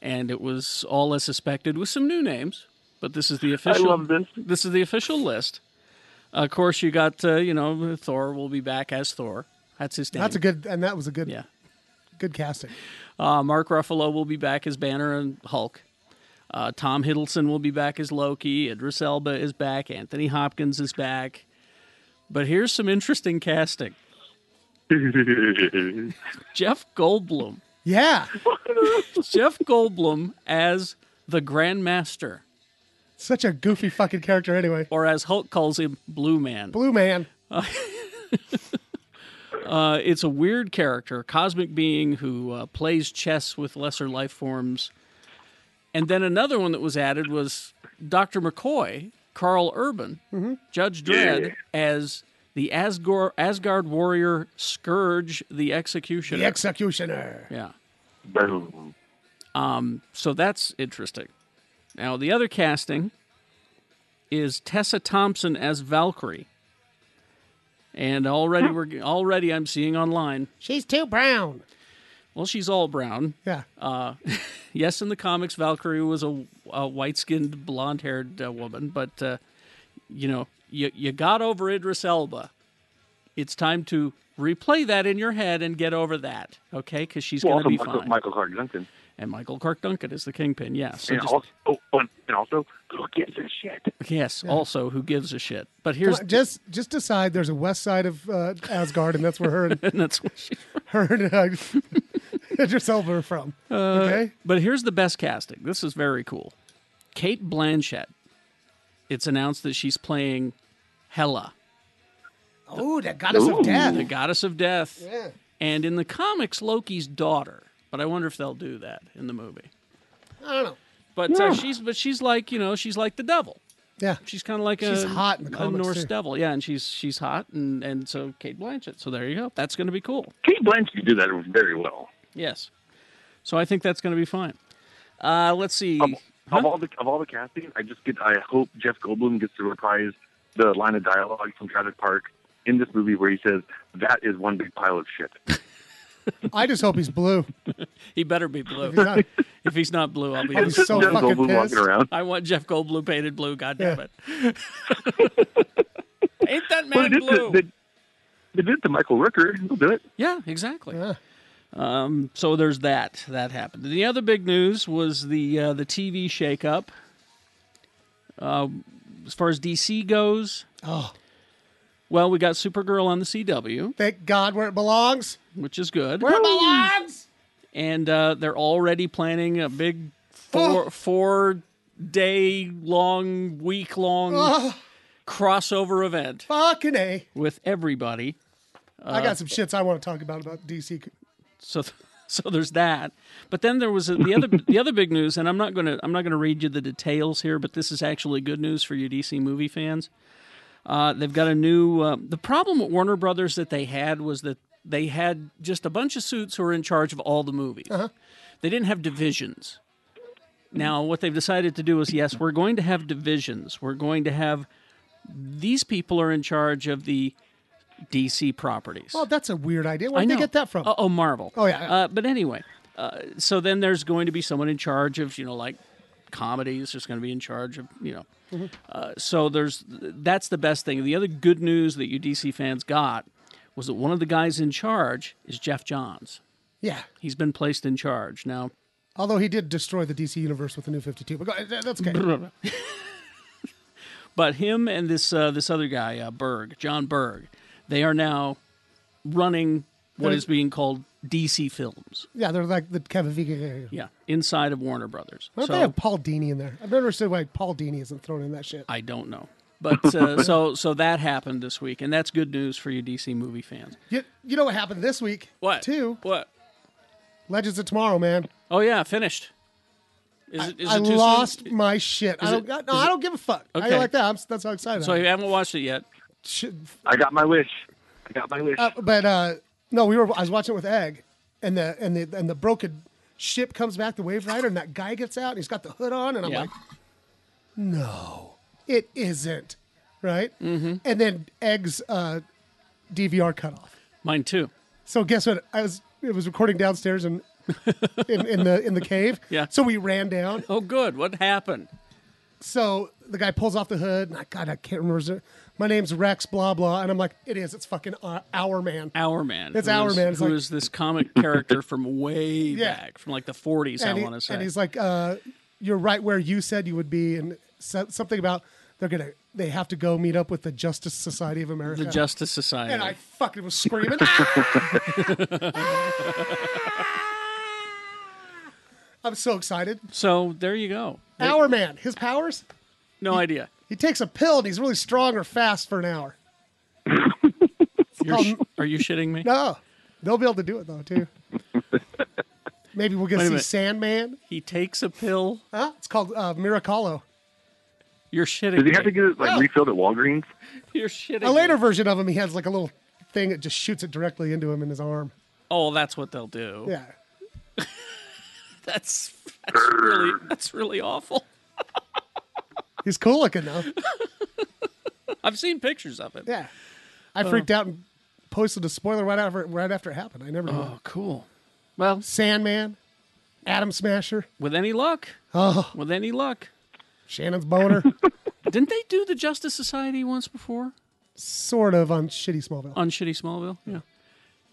and it was all as suspected with some new names. But this is the I official. love this. This is the official list. Of course, you got uh, you know Thor will be back as Thor. That's his name. That's a good, and that was a good, yeah. good casting. Uh, Mark Ruffalo will be back as Banner and Hulk. Uh, Tom Hiddleston will be back as Loki. Idris Elba is back. Anthony Hopkins is back. But here's some interesting casting. Jeff Goldblum. Yeah, Jeff Goldblum as the Grandmaster, such a goofy fucking character. Anyway, or as Hulk calls him, Blue Man. Blue Man. <laughs> Uh, it's a weird character, a cosmic being who uh, plays chess with lesser life forms. And then another one that was added was Dr. McCoy, Carl Urban, Mm-hmm. Judge Dredd, as the Asgore, Asgard warrior Scourge the Executioner. The Executioner. yeah. Boom. Um, So that's interesting. Now, the other casting is Tessa Thompson as Valkyrie. And already we're already I'm seeing online. She's too brown. Well, she's all brown. Uh, Yeah, <laughs> Yes, in the comics, Valkyrie was a, a white-skinned, blonde-haired uh, woman, but uh, you know, you you got over Idris Elba. It's time to replay that in your head and get over that, okay? Because she's Well, going to be also Michael, fine. Michael Clark Duncan, And Michael Clark Duncan is the kingpin. Yes. So and just- also, oh, and and also, who gives a shit? yes. Also, who gives a shit? But Come here's on, just just decide. There's a west side of uh, Asgard, and that's where her and <laughs> and that's what she- <laughs> her and uh, <laughs> Idris Elba are from. okay, uh, But here's the best casting. This is very cool. Kate Blanchett. It's announced that she's playing Hela, oh, the goddess of death. the goddess of death. Yeah. And in the comics, Loki's daughter. But I wonder if they'll do that in the movie. I don't know. But uh, she's but she's like you know she's like the devil. Yeah, She's kind of like She's a, hot in the a comics, Norse too. devil. Yeah, and she's she's hot and and so Kate Blanchett. So there you go. That's going to be cool. Kate Blanchett did that very well. Yes. So I think that's going to be fine. Uh, let's see. Of all the of all the casting, I just get I hope Jeff Goldblum gets to reprise the line of dialogue from Jurassic Park in this movie where he says, "That is one big pile of shit." I just hope he's blue. he better be blue. If he's not- if he's not blue, I'll be I'll be so Jeff fucking Goldblum walking pissed. around. I want Jeff Goldblum painted blue. God damn Yeah. it! <laughs> Ain't that man they did blue? To, they, they did it to Michael Rooker. He'll do it. Yeah, exactly. Um, so there's that. That happened. The other big news was the uh, the TV shakeup. Um as far as DC goes, oh, well, we got Supergirl on the CW. Thank God where it belongs. Which is good. Where it belongs. and uh, they're already planning a big Oh. four four day long week long Ugh. crossover event Fucking a. with everybody. I Uh, got some shits I want to talk about about DC. so <laughs> so there's that. But then there was a, the other the other big news, and I'm not gonna I'm not gonna read you the details here, but this is actually good news for you DC movie fans. Uh, they've got a new. Uh, the problem with Warner Brothers that they had was that they had just a bunch of suits who were in charge of all the movies. They didn't have divisions. Now, what they've decided to do is yes, we're going to have divisions. We're going to have these people are in charge of the DC properties. Well, that's a weird idea. Where did I they know. get that from? Oh, Marvel. Oh, yeah, yeah. Uh, but anyway, uh, so then there's going to be someone in charge of you know like comedies. There's going to be in charge of you know. Mm-hmm. Uh, so there's that's the best thing. The other good news that you DC fans got was that one of the guys in charge is Jeff Johns. Yeah. He's been placed in charge now. Although he did destroy the DC universe with the new Fifty Two, but go- uh, that's okay. But him and this uh, this other guy uh, Berg, John Berg, they are now running what There's- is being called DC Films. yeah, they're like the Kevin Feige. Yeah, inside of Warner Brothers. Why don't So- they have Paul Dini in there? I've never understood why Paul Dini isn't thrown in that shit. I don't know. But uh, so so that happened this week, and that's good news for you DC movie fans. You, you know what happened this week? What? Two What? Legends of Tomorrow, man. Oh yeah, finished. Is it, is I it too lost Soon? my shit. I Is don't, it- no, is I it- don't give a fuck. I Okay. like that. I'm, that's how excited So I am. you haven't watched it yet. Shit. I got my wish. I got my wish. Uh, but uh, no, we were. I was watching it with Egg, and the and the and the broken ship comes back, the Wave Rider, and that guy gets out, and he's got the hood on, and I'm Yeah. like, no, it isn't, right? Mm-hmm. And then Egg's uh, DVR cut off. Mine too. So guess what? I was it was recording downstairs <laughs> and in, in the in the cave. Yeah. So we ran down. Oh good. What happened? So the guy pulls off the hood, and I, God, I can't remember. his name. My name's Rex, blah blah, and I'm like, it is. It's fucking uh, our man. Our man. It's who Our is- Man. It's who like- is this comic character from way <laughs> Yeah. back, from like the 40s? and I he- want to say. And he's like, uh, "You're right where you said you would be," and so, something about they're gonna they have to go meet up with the Justice Society of America. the Justice Society. And I fucking was <laughs> screaming. <laughs> "Ah!" I'm so excited. so there you go. They- Hour man, his powers. no <laughs> idea. He takes a pill and he's really strong or fast for an hour. You're sh- are you shitting me? No, they'll be able to do it though <laughs> too. Maybe we'll get Wait a to see minute. Sandman. He takes a pill. Huh? It's called uh, Miracolo. You're shitting. Does he me. have to get it like Oh. No. refilled at Walgreens? You're shitting. A later me. version of him, he has like a little thing that just shoots it directly into him in his arm. Oh, that's what they'll do. Yeah. <laughs> That's that's really that's really awful. <laughs> He's cool looking though. I've seen pictures of it. Yeah. Oh. I freaked out and posted a spoiler right after right after it happened. I never knew. Oh, cool. Well, Sandman, Adam Smasher, with any luck, oh, with any luck, Shannon's boner, <laughs> didn't they do the Justice Society once before sort of on shitty Smallville. on Shitty Smallville? Yeah.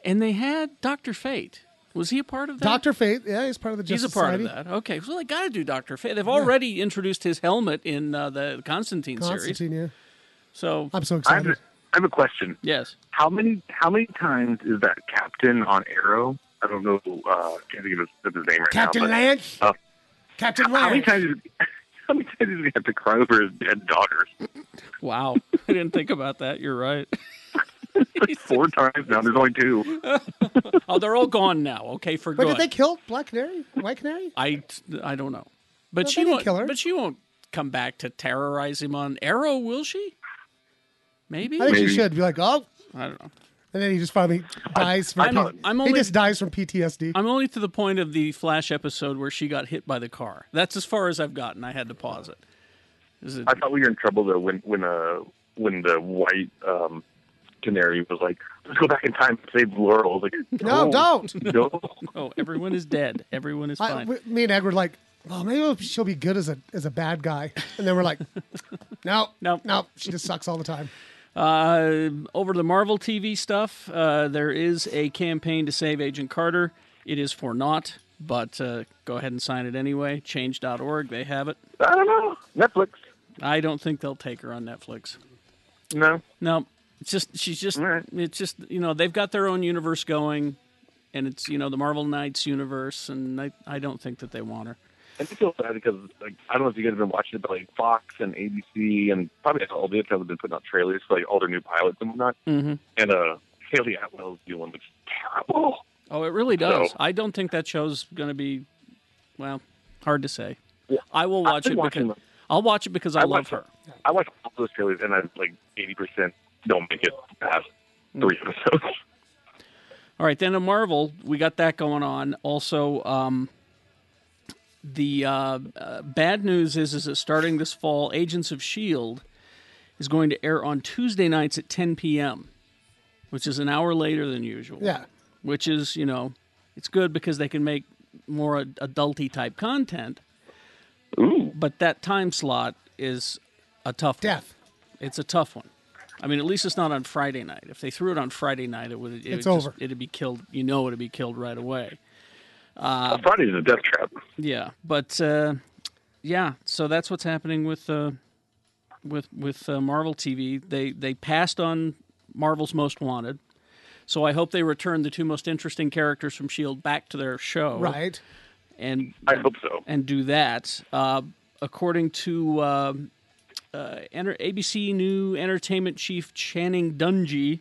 And they had Doctor Fate. Was he a part of that? Doctor Fate, yeah, he's part of the He's Justice a part Society. of that. Okay, so they got to do Doctor Fate. They've already introduced his helmet in uh, the Constantine, series. Constantine, yeah. So I'm so I have, excited. a, I have a question. yes, How many how many times is that captain on Arrow? I don't know. Uh, can't think of his, of his name right Captain now. but Lance. Uh, Captain How many Lance. times? Did, <laughs> how many times did he have to cry over his dead daughter? wow, I didn't think about that. You're right. <laughs> Like four times now. There's only two. <laughs> Oh, they're all gone now. Okay, for But good. did they kill Black Canary? White Canary? I I don't know, but No, she they didn't won't. kill her. But she won't come back to terrorize him on Arrow, will she? Maybe I think I she Maybe. should be like, oh, don't know. and then he just finally dies. from I'm- P- I'm he only- just dies from PTSD. I'm only to the point of the Flash episode where she got hit by the car. That's as far as I've gotten. I had to pause it. Is it I thought we were in trouble though when when uh when the white um canary was like, let's go back in time and save Laurel. I was Like, No, don't. <laughs> No. oh, everyone is dead. Everyone is I, fine. we, me and Ed were like, well, maybe she'll be good as a as a bad guy, and then we're like, <laughs> no, no, no, she just sucks all the time. Uh, over the Marvel TV stuff, uh, there is a campaign to save Agent Carter. It is for naught, but uh, go ahead and sign it anyway. Change.org, they have it. I don't know. Netflix. I don't think they'll take her on Netflix. No. No, it's just she's just it's just you know they've got their own universe going, and it's you know the Marvel Knights universe, and I I don't think that they want her. I just feel bad because like I don't know if you guys have been watching it, but like Fox and ABC and probably all the other channels have been putting out trailers for like all their new pilots and whatnot. Mm-hmm. And uh, Haley Atwell's new one looks terrible. Oh, it really does. So- I don't think that show's going to be, well, hard to say. I will I've watch been it watching because them. I'll watch it because I, love watch- her. I watch all those trailers, and I'm like eighty percent don't make it past three Mm. <laughs> episodes. All right, then in Marvel, we got that going on. Also, um, the uh, uh, bad news is is that starting this fall, Agents of Shield E is going to air on Tuesday nights at 10 p.m., which is an hour later than usual. Yeah. which is you know, it's good because they can make more ad- adulty type content. Ooh. But that time slot is a tough death. One. It's a tough one. I mean, at least it's not on Friday night. If they threw it on Friday night, it would it It's would over. Just, it'd be killed. You know, it'd be killed right away. Uh, Friday's a death trap. yeah, but uh, yeah, so that's what's happening with uh, with with uh, Marvel TV. They they passed on Marvel's Most Wanted, so I hope they return the two most interesting characters from Shield E back to their show. Right. And I hope so. And do that. Uh, according to um uh, enter- ABC New Entertainment chief Channing Dungey,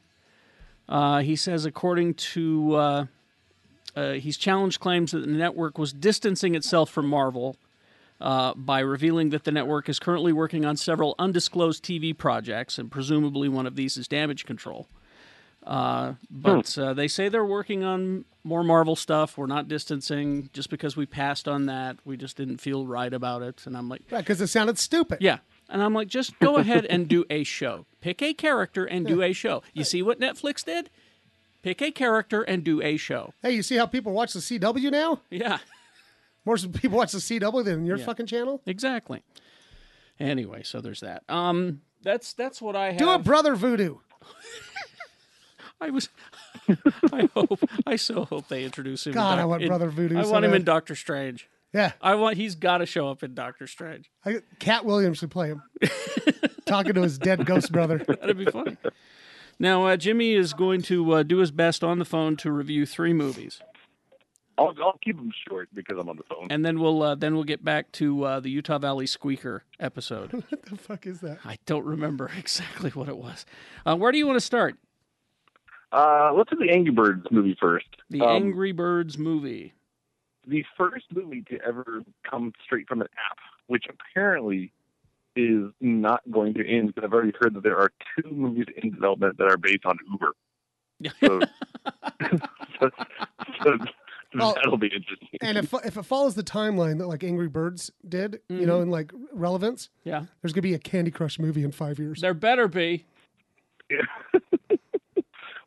uh, he says, according to uh, uh, he's challenged claims that the network was distancing itself from Marvel uh, by revealing that the network is currently working on several undisclosed TV projects, and presumably one of these is damage control. Uh, but uh, they say they're working on more Marvel stuff. We're not distancing just because we passed on that. We just didn't feel right about it. And I'm like, Right, because it sounded stupid. yeah. And I'm like, just go ahead and do a show. Pick a character and do a show. You see what Netflix did? Pick a character and do a show. Hey, you see how people watch the CW now? Yeah. More s- people watch the CW than your Yeah. fucking channel. Exactly. Anyway, so there's that. Um, that's that's what I have. Do a brother voodoo. I was. <laughs> I hope. I so hope they introduce him. in God, I want in- Brother Voodoo I so want him in bad. Doctor Strange. Yeah. I want. He's got to show up in Doctor Strange. I, Cat Williams should play <laughs> him, talking to his dead ghost brother. That'd be funny. Now, uh, Jimmy is going to uh, do his best on the phone to review three movies, I'll, I'll keep them short because I'm on the phone. and then we'll uh, then we'll get back to uh, the Utah Valley Squeaker episode. <laughs> what the fuck is that? I don't remember <laughs> exactly what it was. Uh, where do you want to start? Uh, let's do the Angry Birds movie first. The Um, Angry Birds movie. the first movie to ever come straight from an app, which apparently is not going to end because I've already heard that there are two movies in development that are based on <laughs> Uber. So, <laughs> so, so Well, that'll be interesting. And if if it follows the timeline that like Angry Birds did, you know, and like relevance, Mm-hmm. Yeah. there's gonna be a Candy Crush movie in five years. There better be.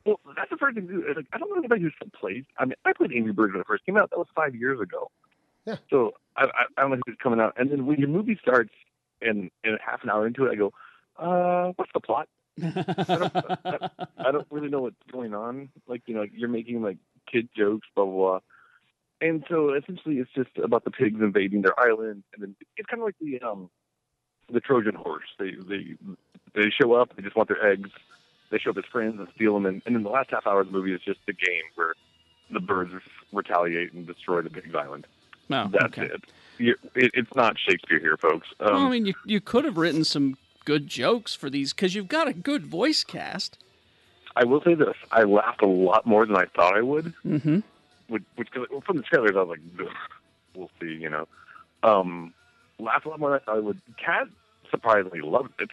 well, that's the first thing. too, is, Like, I don't know anybody who still plays. I mean, I played Angry Birds when it first came out. That was five years ago. Yeah. So I, I, I don't know who's coming out. And then when your movie starts, and and half an hour into it, I go, uh, what's the plot? <laughs> I don't, I, I don't really know what's going on. Like you know, like, you're making like kid jokes, blah blah. blah. And so essentially, it's just about the pigs invading their island, and then it's kind of like the um, the Trojan horse. They they they show up. They just want their eggs. They show up as friends and steal them. And, and then the last half hour of the movie is just the game where the birds retaliate and destroy the pig's island. No. That's it. You're, it. It's not Shakespeare here, folks. Um, well, I mean, you you could have written some good jokes for these because you've got a good voice cast. I will say this: I laughed a lot more than I thought I would. Mm-hmm. which, which 'cause from the trailers, I was like, "Ugh, we'll see, you know. Um, laughed a lot more than I thought I would. Kat surprisingly loved it.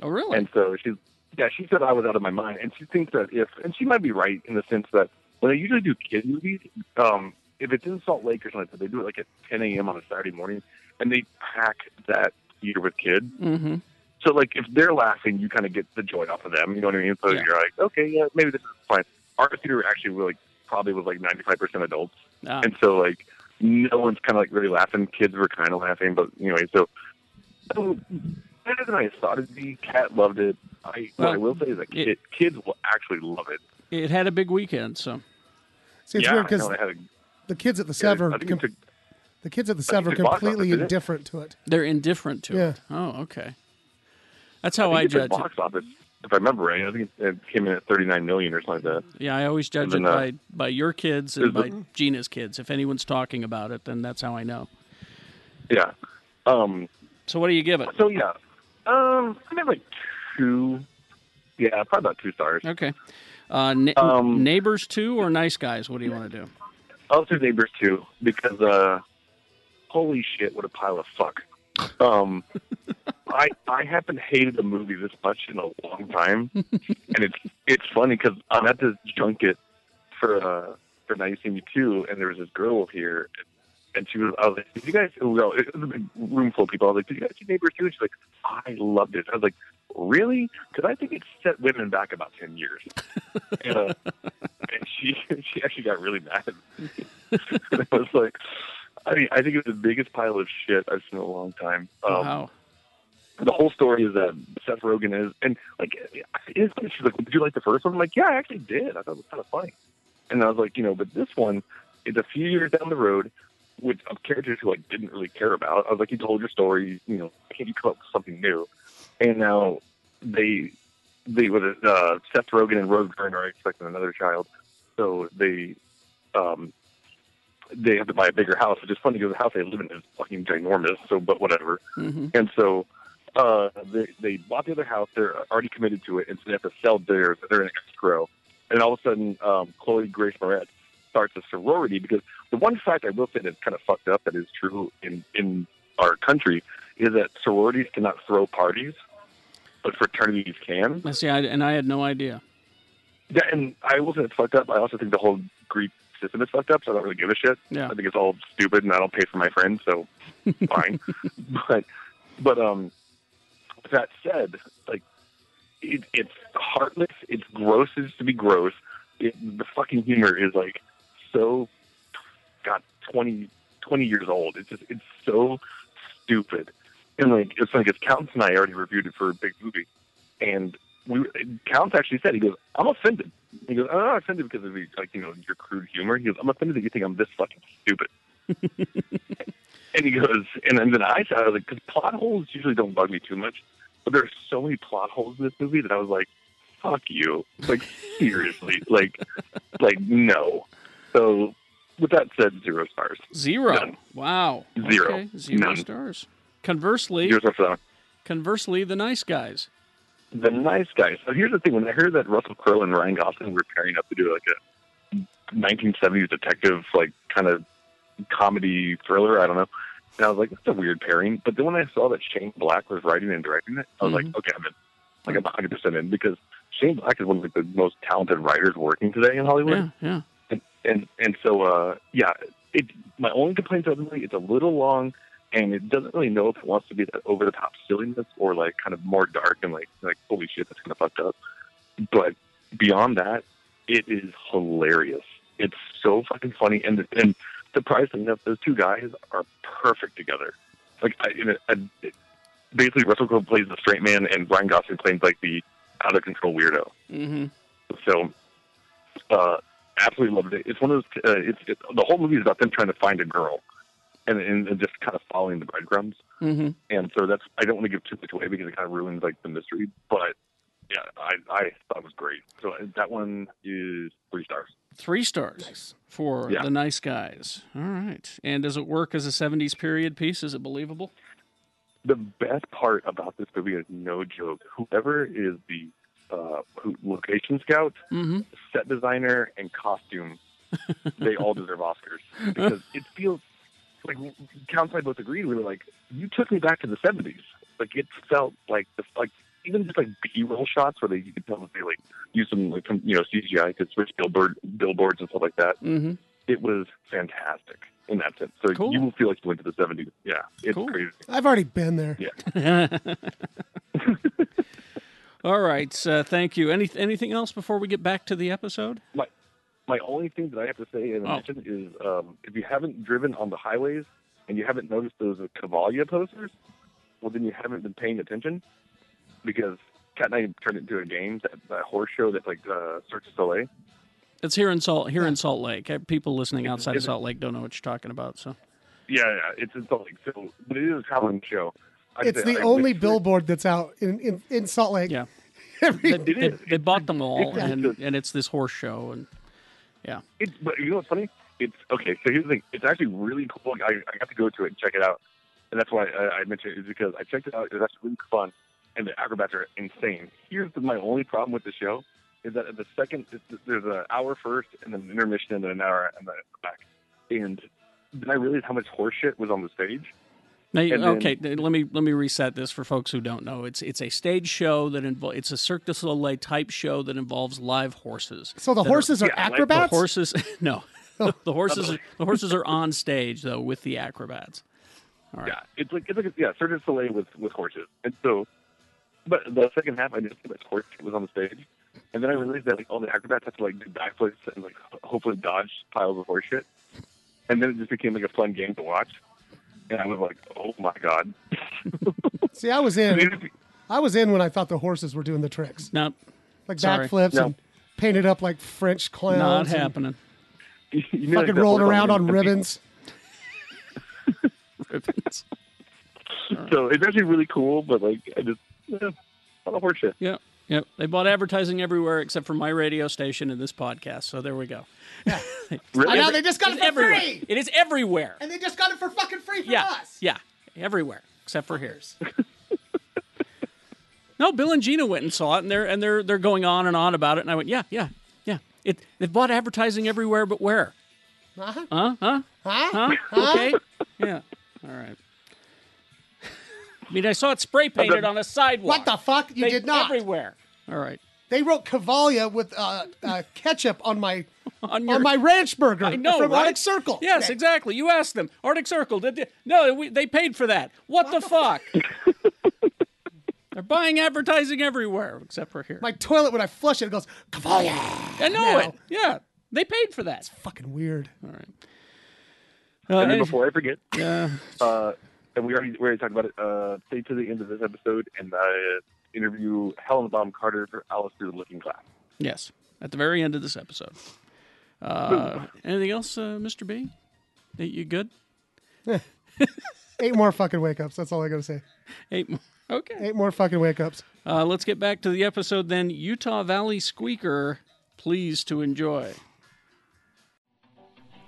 Oh, really? And so she's yeah, she said I was out of my mind, and she thinks that if, and she might be right in the sense that when they usually do kid movies, um, if it's in Salt Lake or something, like that, they do it like at 10 a.m. on a Saturday morning, and they pack that theater with kids. Mm-hmm. So like if they're laughing, you kind of get the joy off of them. You know what I mean? So you're like, okay, yeah, maybe this is fine. Our theater actually really probably was like 95 percent adults, Ah. and so like no one's kind of like really laughing. Kids were kind of laughing, but anyway, so. so better than I thought it'd be. Cat loved it. I, what I Well, will say is that it- kid, kids will actually love it. It had a big weekend, so See, it's yeah, weird 'cause I know, I had a, the kids at the Sever, I think com- it took, the kids at the I think Sever, it took box completely office, didn't it? indifferent to it. they're indifferent to Yeah. it. Oh, okay. That's how I, I, think it judge took it. box office. If I remember right, I think it, it came in at 39 million or something like that. Yeah, I always judge it then, uh, by, by your kids and is the- by Gina's kids. If anyone's talking about it, then that's how I know. Yeah. Um, So what do you give it? So yeah, um, I mean like two. Yeah, probably about two stars. Okay. Uh, ne- Um, neighbors two or nice guys? What do you want to do? I'll do neighbors too because uh, holy shit, what a pile of fuck. Um, I I haven't hated a movie this much in a long time, and it's it's funny because I'm at this junket for uh for Now You See Me Too, and there was this girl over here, and she was I was like, did you guys? Well, it was a big room full of people. I was like, did you guys see neighbors too? And she's like, I loved it. I was like, really? Because I think it set women back about ten years. and, uh, and she <laughs> she actually got really mad. <laughs> and I was like, I mean, I think it was the biggest pile of shit I've seen in a long time. Um, wow. The whole story is that Seth Rogen is, and like, it's funny. She's like, "Did you like the first one?" I'm like, "Yeah, I actually did. I thought it was kind of funny." And I was like, you know, but this one is a few years down the road with of characters who I didn't really care about. I was like, you told your story, you know, can't you come up with something new? And now they they with uh, Seth Rogen and Rose Byrne are expecting another child, so they um they have to buy a bigger house, which is funny because the house they live in is fucking ginormous. So, but whatever. hmm And so uh, they, they bought the other house. They're already committed to it, and so they have to sell theirs. They're in escrow. And all of a sudden, um, Chloe Grace Moretz starts a sorority because the one fact I will say that's kind of fucked up that is true in, in our country is that sororities cannot throw parties, but fraternities can. I see. I, and I had no idea. Yeah, and I will say it's fucked up. I also think the whole Greek system is fucked up, so I don't really give a shit. Yeah. I think it's all stupid, and I don't pay for my friends, so <laughs> fine. <laughs> But but um, that said, like it, it's heartless. It's gross. It's to be gross. It, the fucking humor is like so. God, 20, 20 years old. It's just it's so stupid, and like it's like it's Counts and I already reviewed it for a big movie, and we Counts actually said he goes, I'm offended. He goes, "Oh, I'm not offended because of the, like you know your crude humor. He goes, I'm offended that you think I'm this fucking stupid. and he goes, and then, then I, I was like, because plot holes usually don't bug me too much, but there are so many plot holes in this movie that I was like, fuck you, like seriously, like like no. So with that said, zero stars. Zero. None. Wow. Zero. Okay. Zero None. stars. Conversely, Zero stars for that one. conversely, the nice guys. the nice guys. So here's the thing: when I heard that Russell Crowe and Ryan Gosling were pairing up to do like a 1970s detective, like kind of comedy thriller, I don't know, and I was like, that's a weird pairing. But then when I saw that Shane Black was writing and directing it, I was like, okay, I'm in. Like I'm 100 percent in because Shane Black is one of like, the most talented writers working today in Hollywood Yeah. Yeah. and and, and so uh, yeah, it. My only complaint is ultimately it's a little long, and it doesn't really know if it wants to be that over the top silliness or like kind of more dark and like like holy shit that's kind of fucked up. But beyond that, it is hilarious. It's so fucking funny, and and surprisingly enough, those two guys are perfect together. Like I, in a, a, basically, Russell Crowe plays the straight man, and Ryan Gosling plays like the out of control weirdo. Mm-hmm. So, uh, absolutely loved it. It's one of those. Uh, it's it, the whole movie is about them trying to find a girl, and, and and just kind of following the breadcrumbs. Mm-hmm. And so that's. I don't want to give too much away because it kind of ruins like the mystery. But yeah, I I thought it was great. So uh, that one is three stars. Three stars for Yeah. the nice guys. All right. And does it work as a 70s period piece? Is it believable? The best part about this movie is no joke. Whoever is the uh, who, location scout, Mm-hmm. set designer, and costume, <laughs> they all deserve Oscars because it feels like Count and I both agreed. We were like, you took me back to the seventies. Like it felt like the like even just like B-roll shots where they you can tell that they like use some like some, you know CGI to switch billboard billboards and stuff like that. Mhm. It was fantastic in that sense. So Cool. you will feel like you went to the '70s. Yeah, it's Cool. crazy. I've already been there. <laughs> <laughs> All right. So thank you. Any, anything else before we get back to the episode? My my only thing that I have to say and Oh. mention is um, if you haven't driven on the highways and you haven't noticed those Cavalia posters, well then you haven't been paying attention because Cat and I turned it into a game that, that horse show that's like uh, Cirque du Soleil. It's here in Salt here in Salt Lake. Uh, People listening outside of it's- Salt Lake don't know what you're talking about. <laughs> So Yeah, yeah, it's in Salt Lake. So, but it is a common show. I It's say- the I only wish- billboard that's out in, in, in Salt Lake. Yeah. Every, they, they, they bought them all, Yeah. and, and it's this horse show, and yeah. It's, but you know what's funny? It's okay. So here's the thing. It's actually really cool. I, I got to go to it and check it out, and that's why I, I mentioned it is because I checked it out. It was actually really fun, and the acrobats are insane. Here's the, my only problem with the show is that at the second it's- there's an hour first, and then an intermission, and then an hour and then back. And then I realized how much horse shit was on the stage. Now, you- And then- okay, th- let me let me reset this for folks who don't know. It's it's a stage show that involves it's a Cirque du Soleil type show that involves live horses. So the that horses are yeah, like the the acrobats? Oh. horses <laughs> no the horses the horses are on stage though with the acrobats. Yeah, it's like it's like yeah, Cirque du Soleil with with horses, and so. But the second half, I just like horse shit was on the stage, and then I realized that like all the acrobats have to like do backflips and like ho- hopefully dodge piles of horse shit, and then it just became like a fun game to watch, and I was like, oh my god. <laughs> See, I was in. I was in when I thought the horses were doing the tricks, Not like Sorry. backflips No. and painted up like French clowns. not and happening. <laughs> you knew, like, Fucking the rolling horse around on always- ribbons. So it's actually really cool, but like I just eh, a lot of horse shit. Yeah. Yep. They bought advertising everywhere except for my radio station and this podcast. So there we go. <laughs> I Really? know they just got it It's for everywhere. free, It is everywhere. and they just got it for fucking free from yeah. us. Yeah. Everywhere except for here. <laughs> no, Bill and Gina went and saw it and they're and they're they're going on and on about it and I went, "Yeah, yeah. Yeah. It they've bought advertising everywhere but where?" Uh-huh. Huh? Huh? Huh? Huh? Okay. Yeah. All right. I mean, I saw it spray painted on a sidewalk. What the fuck? You They- did not. Everywhere. All right. They wrote Cavalia with uh, uh, ketchup on my <laughs> On on, your- my ranch burger <laughs> I know, from right? Arctic Circle. Yes, They- exactly. You asked them. Arctic Circle. Did they, no, we, they paid for that. What <laughs> the fuck? They're buying advertising everywhere except for here. My toilet when I flush it, it goes Cavalia. I know it. Yeah, they paid for that. Fucking weird. Uh, And then any- before I forget, yeah. uh, and we already we already talked about it. Uh, stay to the end of this episode and uh, interview Helen Baum Carter for Alice Through the Looking Glass. yes, at the very end of this episode. Uh, anything else, uh, Mr. B? That you good? <laughs> Eight more fucking wake ups. That's all I gotta say. Eight more. Okay. Eight more fucking wake ups. Uh, let's get back to the episode then. Utah Valley Squeaker, please to enjoy.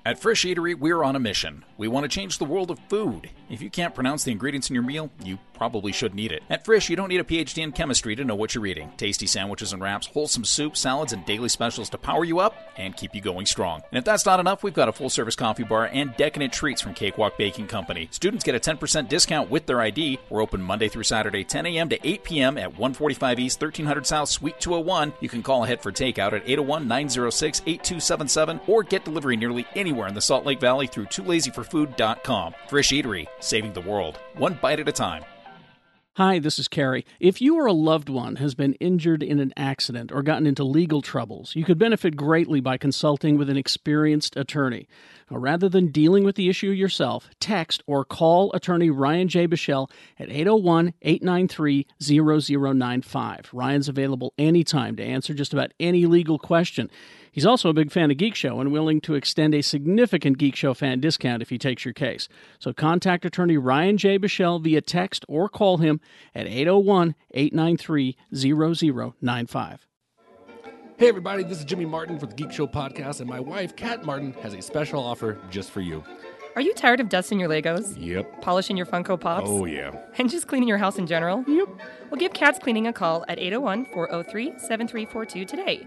At Fresh Eatery, we're on a mission. We want to change the world of food. If you can't pronounce the ingredients in your meal, you probably shouldn't eat it. At Fresh, you don't need a PhD in chemistry to know what you're eating. Tasty sandwiches and wraps, wholesome soups, salads, and daily specials to power you up and keep you going strong. And if that's not enough, we've got a full service coffee bar and decadent treats from Cakewalk Baking Company. Students get a 10% discount with their ID. We're open Monday through Saturday, 10 a.m. to 8 p.m. at 145 East, 1300 South, Suite 201. You can call ahead for takeout at 801 906 8277 or get delivery nearly anywhere in the Salt Lake Valley through toolazyforfood.com. Fresh Eatery, saving the world, one bite at a time. Hi, this is Carrie. If you or a loved one has been injured in an accident or gotten into legal troubles, you could benefit greatly by consulting with an experienced attorney. Now, rather than dealing with the issue yourself, text or call attorney Ryan J. Bichelle at 801 893 0095. Ryan's available anytime to answer just about any legal question. He's also a big fan of Geek Show and willing to extend a significant Geek Show fan discount if he takes your case. So contact attorney Ryan J. Bichelle via text or call him at 801 893 0095. Hey, everybody, this is Jimmy Martin for the Geek Show Podcast, and my wife, Kat Martin, has a special offer just for you. Are you tired of dusting your Legos? Yep. Polishing your Funko Pops? Oh, yeah. And just cleaning your house in oh general? Yep. Well, give Cats Cleaning a call at 801 403 7342 today.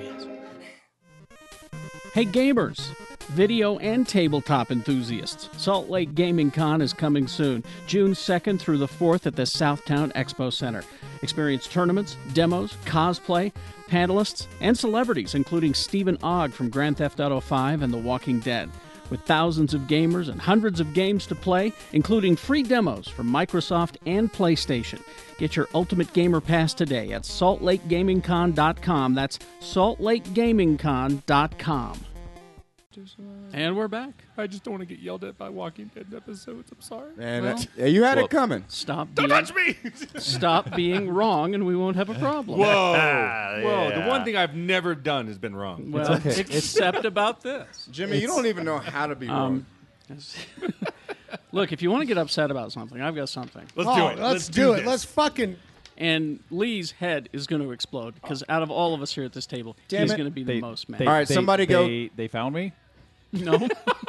yes. Hey, gamers, video and tabletop enthusiasts. Salt Lake Gaming Con is coming soon, June 2nd through the 4th at the Southtown Expo Center. Experience tournaments, demos, cosplay, panelists, and celebrities, including Stephen Ogg from Grand Theft Auto V and The Walking Dead. With thousands of gamers and hundreds of games to play, including free demos from Microsoft and PlayStation. Get your Ultimate Gamer Pass today at saltlakegamingcon.com. That's saltlakegamingcon.com. And we're back. I just don't want to get yelled at by Walking Dead episodes. I'm sorry. And uh, yeah, you had Well, it coming. Stop. Don't being- touch <laughs> me! stop being wrong, and we won't have a problem. Whoa. <laughs> <laughs> Ah, Whoa. The one thing I've never done has been wrong. Well, except about <laughs> this, Jimmy, you don't even know how to be wrong. um, Look, if you want to get upset about something, I've got something. Let's do Oh, it. let's Let's do do it. this. Let's fucking. And Lee's head is going to explode because out of all of us here at this table, Damn he's it. going to be the They- most mad. they- All right, they- somebody go- They, they found me. <laughs> No.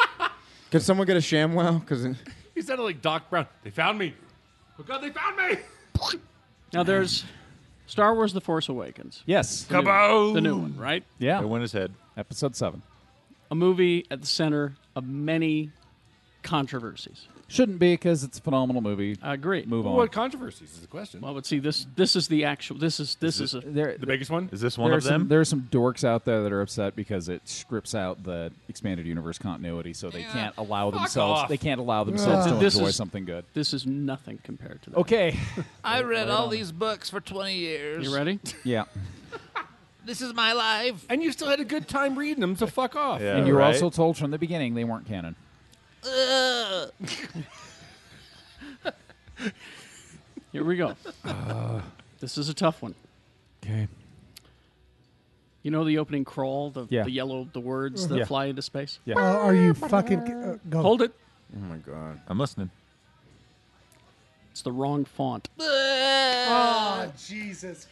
<laughs> Can someone get a ShamWow? Because He sounded like Doc Brown. They found me. Oh, God, they found me. <laughs> Now there's Star Wars: The Force Awakens. Yes. The new one. Kaboom! The new one, right? Yeah. I went his head. Episode seven. A movie at the center of many controversies. Shouldn't be because it's a phenomenal movie. I agree. Move on. What controversies is the question? Well, but see, this this is the actual. This is this is, a, the biggest one? Is this there are Some, there are some dorks out there that are upset because it strips out the expanded universe continuity, so they can't allow fuck themselves. off. They can't allow themselves to This enjoy is- something good. This is nothing compared to that. <laughs> Okay. I read Right all on. these books for 20 years. You ready? Yeah. This is my life. And you still had a good time reading them, so fuck off. and you were also told from the beginning they weren't canon. Ugh. <laughs> Here we <laughs> go. this is a tough one. Uh, Okay. You know the opening crawl, the, Yeah. Mm-hmm. the yellow, the words that Yeah. fly into space. Yeah. Uh, are you fucking ki- uh, go? Hold it. Oh my god. I'm listening. It's the wrong font. Oh Jesus!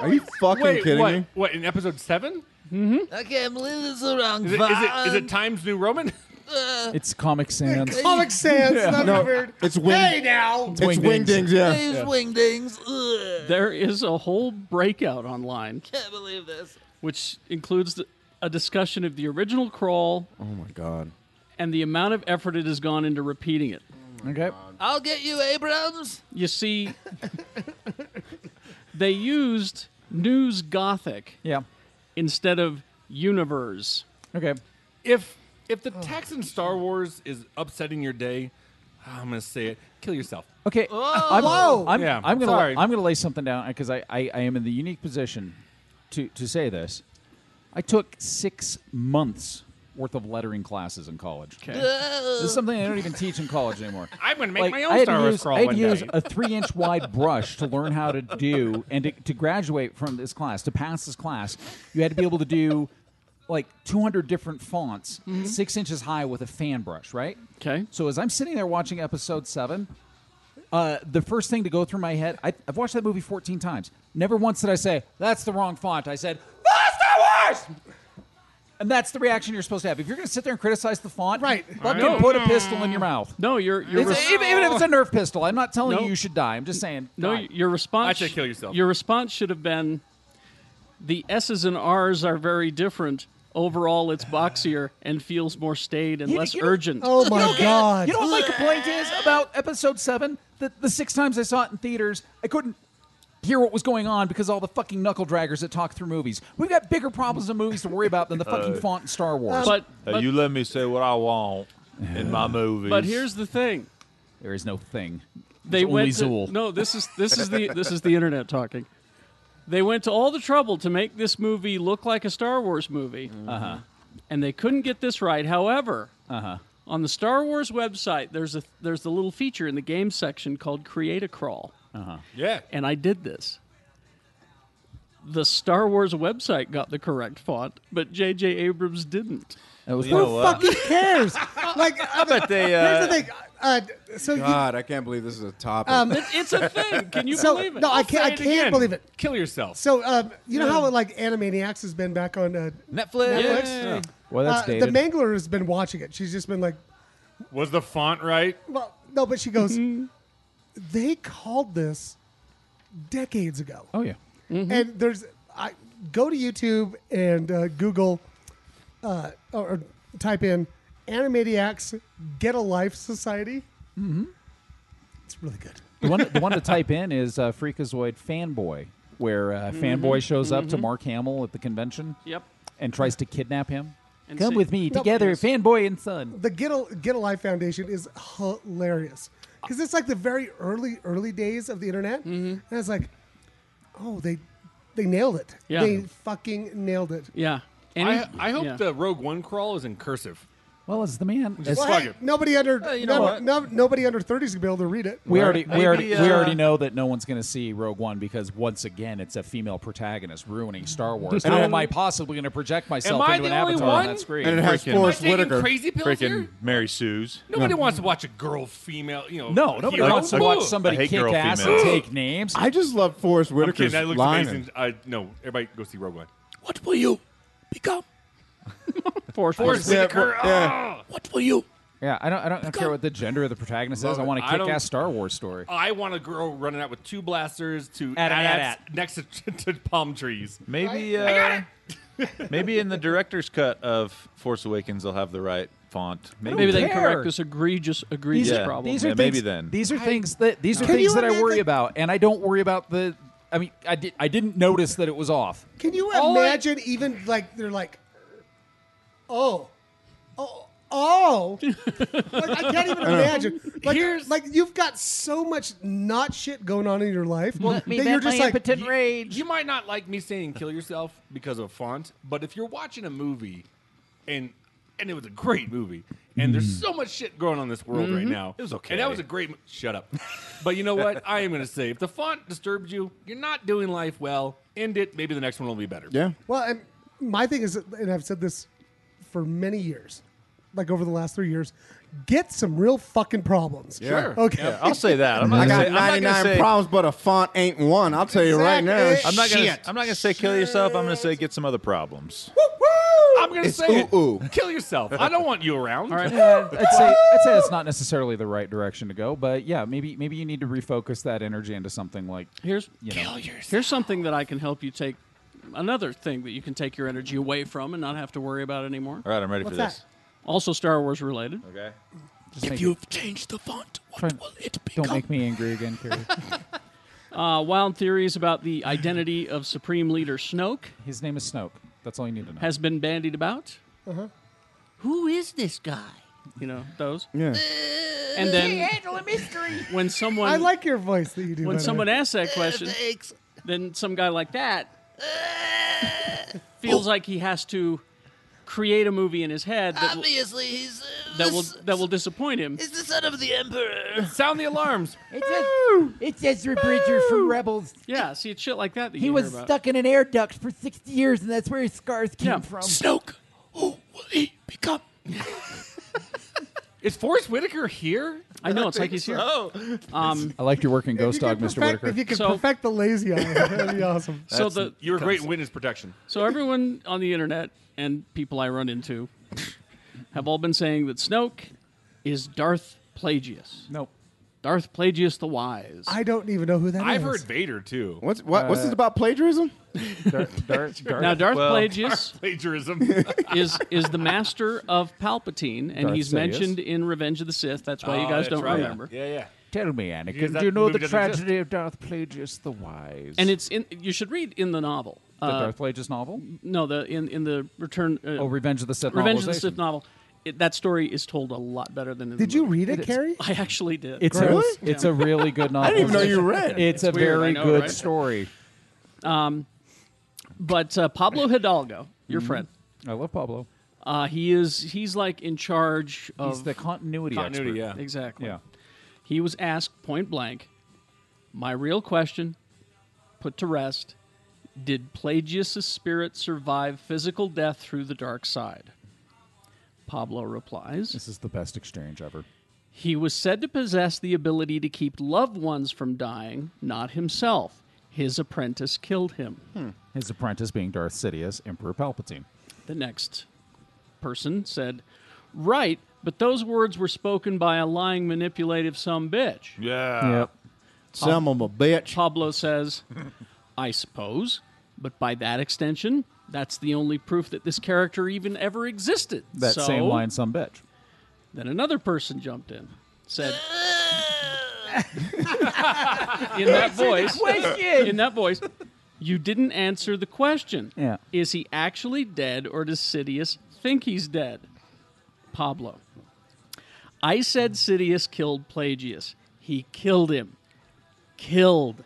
Are you fucking Wait, kidding what? me? What, in episode 7? Mm-hmm. I can't believe this is the wrong Is it, is, it, is it Times <laughs> New Roman? Uh, It's Comic Sans. Comic <laughs> Sans. Yeah. not No, covered. it's Wing- Hey now. It's It's Wingdings. Wingdings, yeah. These wingdings. Ugh. There is a whole breakout online, Can't believe this. which includes the, a discussion of the original crawl Oh my god. and the amount of effort it has gone into repeating it. Okay. I'll get you, Abrams. You see, they used News Gothic yeah. instead of Universe. Okay. If if the text in Star Wars is upsetting your day, I'm going to say it. Kill yourself. Okay. I'm, I'm, yeah, I'm gonna sorry. I'm gonna lay something down because I, I, I am in the unique position to to say this. I took six months worth of lettering classes in college. Okay. This is something I don't even teach in college anymore. <laughs> I'm gonna make Like, my own I had Star to Wars use, crawl I had one to use day. a three-inch wide brush to learn how to do and to, to graduate from this class to pass this class. You had to be able to do like 200 different fonts, six inches high with a fan brush, right? Okay. So as I'm sitting there watching episode seven, uh, the first thing to go through my head, I, I've watched that movie 14 times. Never once did I say, that's the wrong font. I said, that's the worst! And that's the reaction you're supposed to have. If you're going to sit there and criticize the font, right. fucking No. put a pistol in your mouth. No, you're. you're It's- even, even if it's a Nerf pistol, I'm not telling No. you you should die. I'm just saying. No, die. y- your response. I'd say kill yourself. Your response should have been, the S's and R's are very different. Overall, it's boxier and feels more staid and You- less you know- urgent. You know, You know what my complaint is about episode seven? The, the six times I saw it in theaters, I couldn't hear what was going on because all the fucking knuckle draggers that talk through movies. We've got bigger problems in movies to worry about than the fucking Uh, font in Star Wars. But- Uh, but- you let me say what I want in my movies. But here's the thing. there is no thing. They went to, no. This is this is the this is the internet talking. They went to all the trouble to make this movie look like a Star Wars movie, Uh-huh. and they couldn't get this right. However, uh-huh. on the Star Wars website, there's a there's the little feature in the game section called Create a Crawl. Uh-huh. Yeah. And I did this. The Star Wars website got the correct font, but J.J. Abrams didn't. You know what? Who cares? like, I bet they, Here's uh, the thing. Uh, so you- God, I can't believe this is a topic. Um, it's a thing. Can you so- believe it? No, I I'll can't. say I it can't again. believe it. Kill yourself. So um, you know how like Animaniacs has been back on uh, Netflix? Netflix? Yay. Yeah. Well, that's uh, dated. The Mangler has been watching it. She's just been like, Was the font right? well, no, but she goes, they called this decades ago. Oh yeah, Mm-hmm. and there's I go to YouTube and uh, Google uh, or, or type in Animaniacs Get a Life Society. Mm-hmm. It's really good. The one, the one to type in is uh, Freakazoid Fanboy, where uh, Fanboy Mhm, shows up to mhm. Mark Hamill at the convention. Yep. And tries to kidnap him. And Come see- with me No, together, yes. fanboy and son. The Get a, Get a Life Foundation is hilarious because it's like the very early early days of the internet, and it's like, oh, they they nailed it. Yeah. They fucking nailed it. Yeah. I, I hope yeah. the Rogue One crawl is in cursive. Well, as the man, Just Well, fuck hey, it. nobody under Uh, you know no- what? no- nobody under thirty is gonna be able to read it. We already, we already, Maybe, we uh, already know that no one's going to see Rogue One because once again, it's a female protagonist ruining Star Wars. And How I- am I possibly going to project myself I into the an only avatar one? on that screen? And it has Freaking- Forrest Am I taking Whitaker. Crazy pills Freaking here? Mary Sue's. Nobody wants to watch a girl, female. You know, No, nobody hero. wants to Ooh. watch somebody I hate kick girl ass and females. take names. I just love Forrest I'm kidding. Whitaker's That looks line. amazing. I no. Everybody go see Rogue One. What will you become? Forrest, Forrest Whitaker. yeah. ah! What will you? Yeah, I don't, I don't care what the gender of the protagonist is. Love I it. want a I don't- kick ass Star Wars story. I want a girl running out with two blasters to At- at- at- next to, <laughs> to palm trees. Maybe uh, <laughs> maybe in the director's cut of Force Awakens they'll have the right font. Maybe, Maybe they then. can correct this egregious, egregious Yeah. problem. These are Yeah, maybe things- then. These are things that these are Can things you that I imagine- worry about, and I don't worry about the. I mean, I did. I didn't notice that it was off. Can you All I- imagine even like they're like, oh, oh, oh? like, I can't even imagine. Like, like you've got so much not shit going on in your life that you're just like, you, You might not like me saying "kill yourself" because of font, but if you're watching a movie, and and it was a great movie, and there's so much shit going on in this world right Mhm. now, Mm. It was And okay. that was a great. Mo- Shut up. but you know what? I am going to say, if the font disturbs you, you're not doing life well. End it. Maybe the next one will be better. Yeah. well, and my thing is, and I've said this for many years, like over the last three years, get some real fucking problems. Yeah. Okay. Yeah, I'll say that. I'm not I gonna got say- I'm not gonna 99 say- problems, but a font ain't one. I'll tell you right now. I'm not gonna. Shit. I'm not gonna say kill yourself. I'm gonna say get some other problems. I'm going to It's say, it. ooh, ooh. kill yourself. I don't want you around. All right. Yeah, <laughs> I'd say I'd say that's not necessarily the right direction to go, but yeah, maybe maybe you need to refocus that energy into something like Here's you know. here's something that I can help you take. Another thing that you can take your energy away from and not have to worry about anymore. All right, I'm ready for What's this. Also, Star Wars related. Okay. make If you've changed the font, what Try- will it become? Don't make me angry again, Carrie. Uh, wild theories about the identity of Supreme Leader Snoke His name is Snoke. That's all you need to know. has been bandied about. Uh-huh. Who is this guy? Uh. You know those. Yeah. And then handle a mystery. when someone I like your voice that you do. by when the way. someone asks that question, Thanks. then some guy like that Uh. feels like he has to create a movie in his head that will, Obviously, he's uh, that the will s- that will disappoint him. He's the son of the emperor. Sound the alarms. It says, it says your bridger from Rebels. Yeah, see, it's shit like that. that He you was hear about. stuck in an air duct for 60 years, and that's where his scars came Yeah. from. Snoke. Who will he become? Is Forrest Whitaker here? I know it's like he's here. <laughs> Um, I liked your work in If you Ghost could Dog, Mr. perfect- If Whitaker. you could So- perfect the lazy eye, that'd <laughs> be awesome. so the You're a great witness protection. so everyone on the internet and people I run into have all been saying that Snoke is Darth Plagius, Nope. Darth Plagius the Wise. I don't even know who that is. I've heard Vader too. What's what? what's this about plagiarism? <laughs> now Darth well, Plagius Plagiarism. <laughs> is is the master of Palpatine, and Darth he's Sidious. mentioned in Revenge of the Sith. That's why you Oh, guys that's don't right. remember. Yeah, yeah. Tell me, Because Anakin, that do you know movie the doesn't exist. tragedy of Darth Plagueis the Wise? And it's in. You should read in the novel. the Uh, Darth Plagueis novel? no, the in in the Return. Uh, Oh, Revenge of the Sith. Revenge of the Sith novelization. novel. It, that story is told a lot better than. In Did the you movie. read it, Carrie? I actually did. It's Really? a it's a really <laughs> good novel. I didn't even know you read. It's, a It's weird, I very know, good right? story. Um, but uh, Pablo Hidalgo, Mm-hmm. your friend, I love Pablo. uh, he is he's like in charge of He's the continuity, Continuity, expert. yeah. exactly. Yeah. He was asked point blank, my real question, put to rest. Did Plagius' spirit survive physical death through the dark side? Pablo replies. This is the best exchange ever. He was said to possess the ability to keep loved ones from dying, not himself. His apprentice killed him. Hmm. His apprentice being Darth Sidious, Emperor Palpatine. The next person said, Right, but those words were spoken by a lying, manipulative some bitch. Yeah. Yep. Some of 'em a bitch. Pablo says, I suppose, but by that extension, that's the only proof that this character even ever existed. That So- same line, some bitch. Then another person jumped in, said, in that <laughs> Answer the voice, question. in that voice, you didn't answer the question. Yeah. Is he actually dead, or does Sidious think he's dead? Pablo, I said Sidious killed Plagius. He killed him. Killed,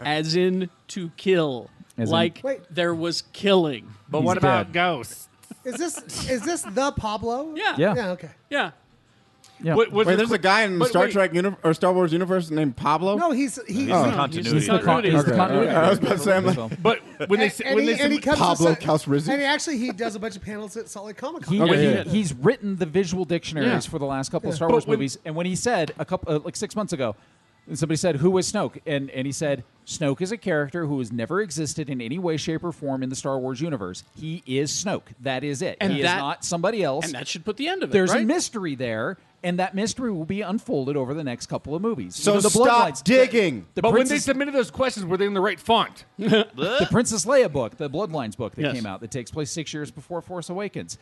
as in to kill, As in- like there was killing. But He's what about dead. ghosts? Is this is this the Pablo? Yeah. Yeah. Yeah. Okay. Yeah. Yeah. Wait, was it there's qu- a guy in the but Star wait. Trek uni- or Star Wars universe named Pablo. No, he's he's Oh. no, He's the con- he's the continuity I was about to say, I'm like- director. But when they And- say- and when he- they say- and he comes to Pablo Sa- Calrissian? and he actually he does a bunch of panels at Salt Lake Comic Con. He, he- he's written the visual dictionaries Yeah. for the last couple of Yeah. Star But Wars when- movies, and when he said a couple uh, like six months ago, and somebody said who was Snoke, and and he said Snoke is a character who has never existed in any way, shape, or form in the Star Wars universe. He is Snoke. That is it. And he that- is not somebody else. and that should put the end of it, There's a right? mystery there. And that mystery will be unfolded over the next couple of movies. So You know, the stop bloodlines- digging. The but when they princess- submitted those questions, were they in the right font? <laughs> the Princess Leia book, the Bloodlines book that Yes. came out that takes place six years before Force Awakens.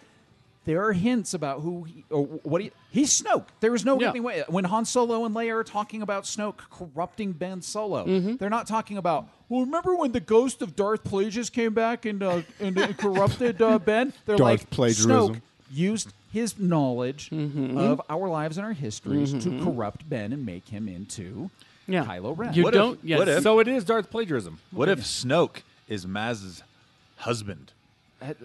There are hints about who he, or what he he's Snoke. There is no Yeah. getting away. When Han Solo and Leia are talking about Snoke corrupting Ben Solo, Mm-hmm. they're not talking about. Well, remember when the ghost of Darth Plagueis came back and uh, and uh, corrupted uh, Ben? They're Darth like plagiarism. Snoke used his knowledge Mm-hmm. of our lives and our histories Mhm. to corrupt Ben and make him into Yeah. Kylo Ren. You What if- don't- yes. what if- so it is Darth plagiarism. What if Snoke is Maz's husband?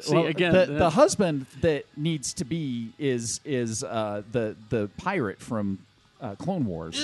See, again, the, that's- the husband that needs to be is is uh, the the pirate from uh, Clone Wars.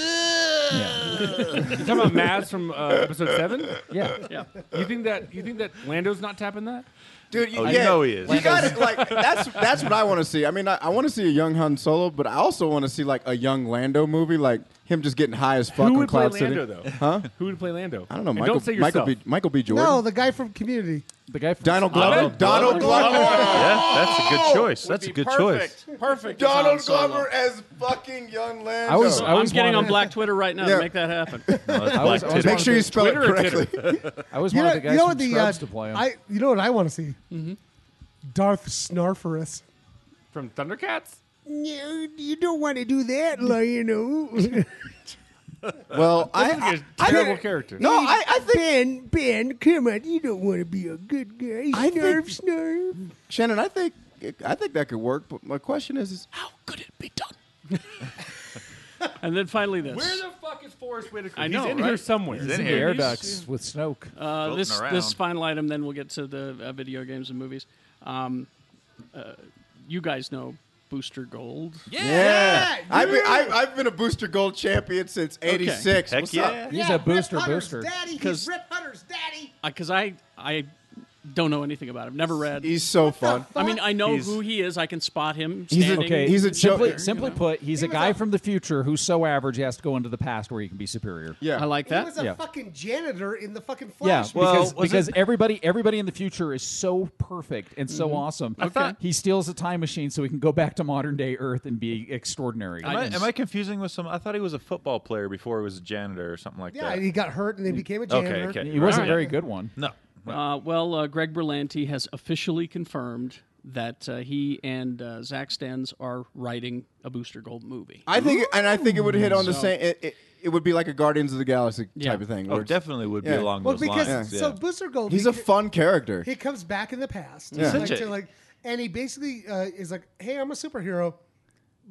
yeah. you talking about Maz from uh, episode seven? Yeah. yeah. You think that you think that Lando's not tapping that? Dude, you, yeah, You got it. Like that's that's what I want to see. I mean, I, I want to see a young Han Solo, but I also want to see like a young Lando movie, like him just getting high as fuck Who on would play Cloud Lando City. though? Huh? Who would play Lando? I don't know. And Michael, don't say Michael yourself. B. Michael B. Jordan. No, the guy from Community. The guy from Donald Glover. Donald Donald Glover. Glover. Yeah, that's a good choice. Would That's a be good perfect. choice. Perfect. as Han Donald Solo. Glover as fucking young Lando. I was- I I'm was getting on wanted- Black Twitter right now Yeah. to make that happen. it's I was- Black I was Twitter. Make sure you spell it Twitter or Titter? correctly. <laughs> I was You one know, of the guys you know from what the, Scrubs uh, to play him. I you know what I want to see? Darth Snarferous. From Thundercats? You, you don't want to <laughs> do that, you know. Well, I- think I- I terrible didn't- character. No, I- I think Ben, Ben, come on, you don't want to be a good guy. I Snarf, think- snarf. Shannon, I think I think that could work, but my question is, is how could it be done? <laughs> and then finally this. Where the fuck is Forrest Whitaker? I He's know, in right? here somewhere. He's in the air ducts with Snoke. Uh, this Floating this around. final item, then we'll get to the uh, video games and movies. Um, uh, you guys know Booster Gold. I've been, I've, I've been a Booster Gold champion since '86. Heck What's yeah. up? He's Yeah, a Rip booster Hunter's booster. daddy. He's Because Because- Rip Hunter's daddy. Because I I don't know anything about him. Never read. He's so fun. I mean, I know He's- who he is. I can spot him. He's a, standing. okay. simply, simply put, he's a guy from the future who's so average he has to go into the past where he can be superior. Yeah, I like He was a yeah. fucking janitor in the fucking Yeah, Flash. because, because everybody everybody in the future is so perfect and so Mhm. awesome. I thought- he steals a time machine so he can go back to modern day Earth and be extraordinary. Am I, am I confusing with some? I thought he was a football player before he was a janitor or something like yeah, that. he got hurt Mm. and then became a Okay, janitor. okay. He wasn't a Alright. very good one. No. Uh, well, uh, Greg Berlanti has officially confirmed that uh, he and uh, Zach Stenz are writing a Booster Gold movie. I think, and I think it would hit on the So- same. It, it, it would be like a Guardians of the Galaxy Yeah. type of thing. Oh, where it's- definitely would be along Well, those because lines. so yeah. Booster Gold. He's he- a fun character. He comes back in the past. Yeah. Like, Such to a- like, and he basically uh, is like, "Hey, I'm a superhero,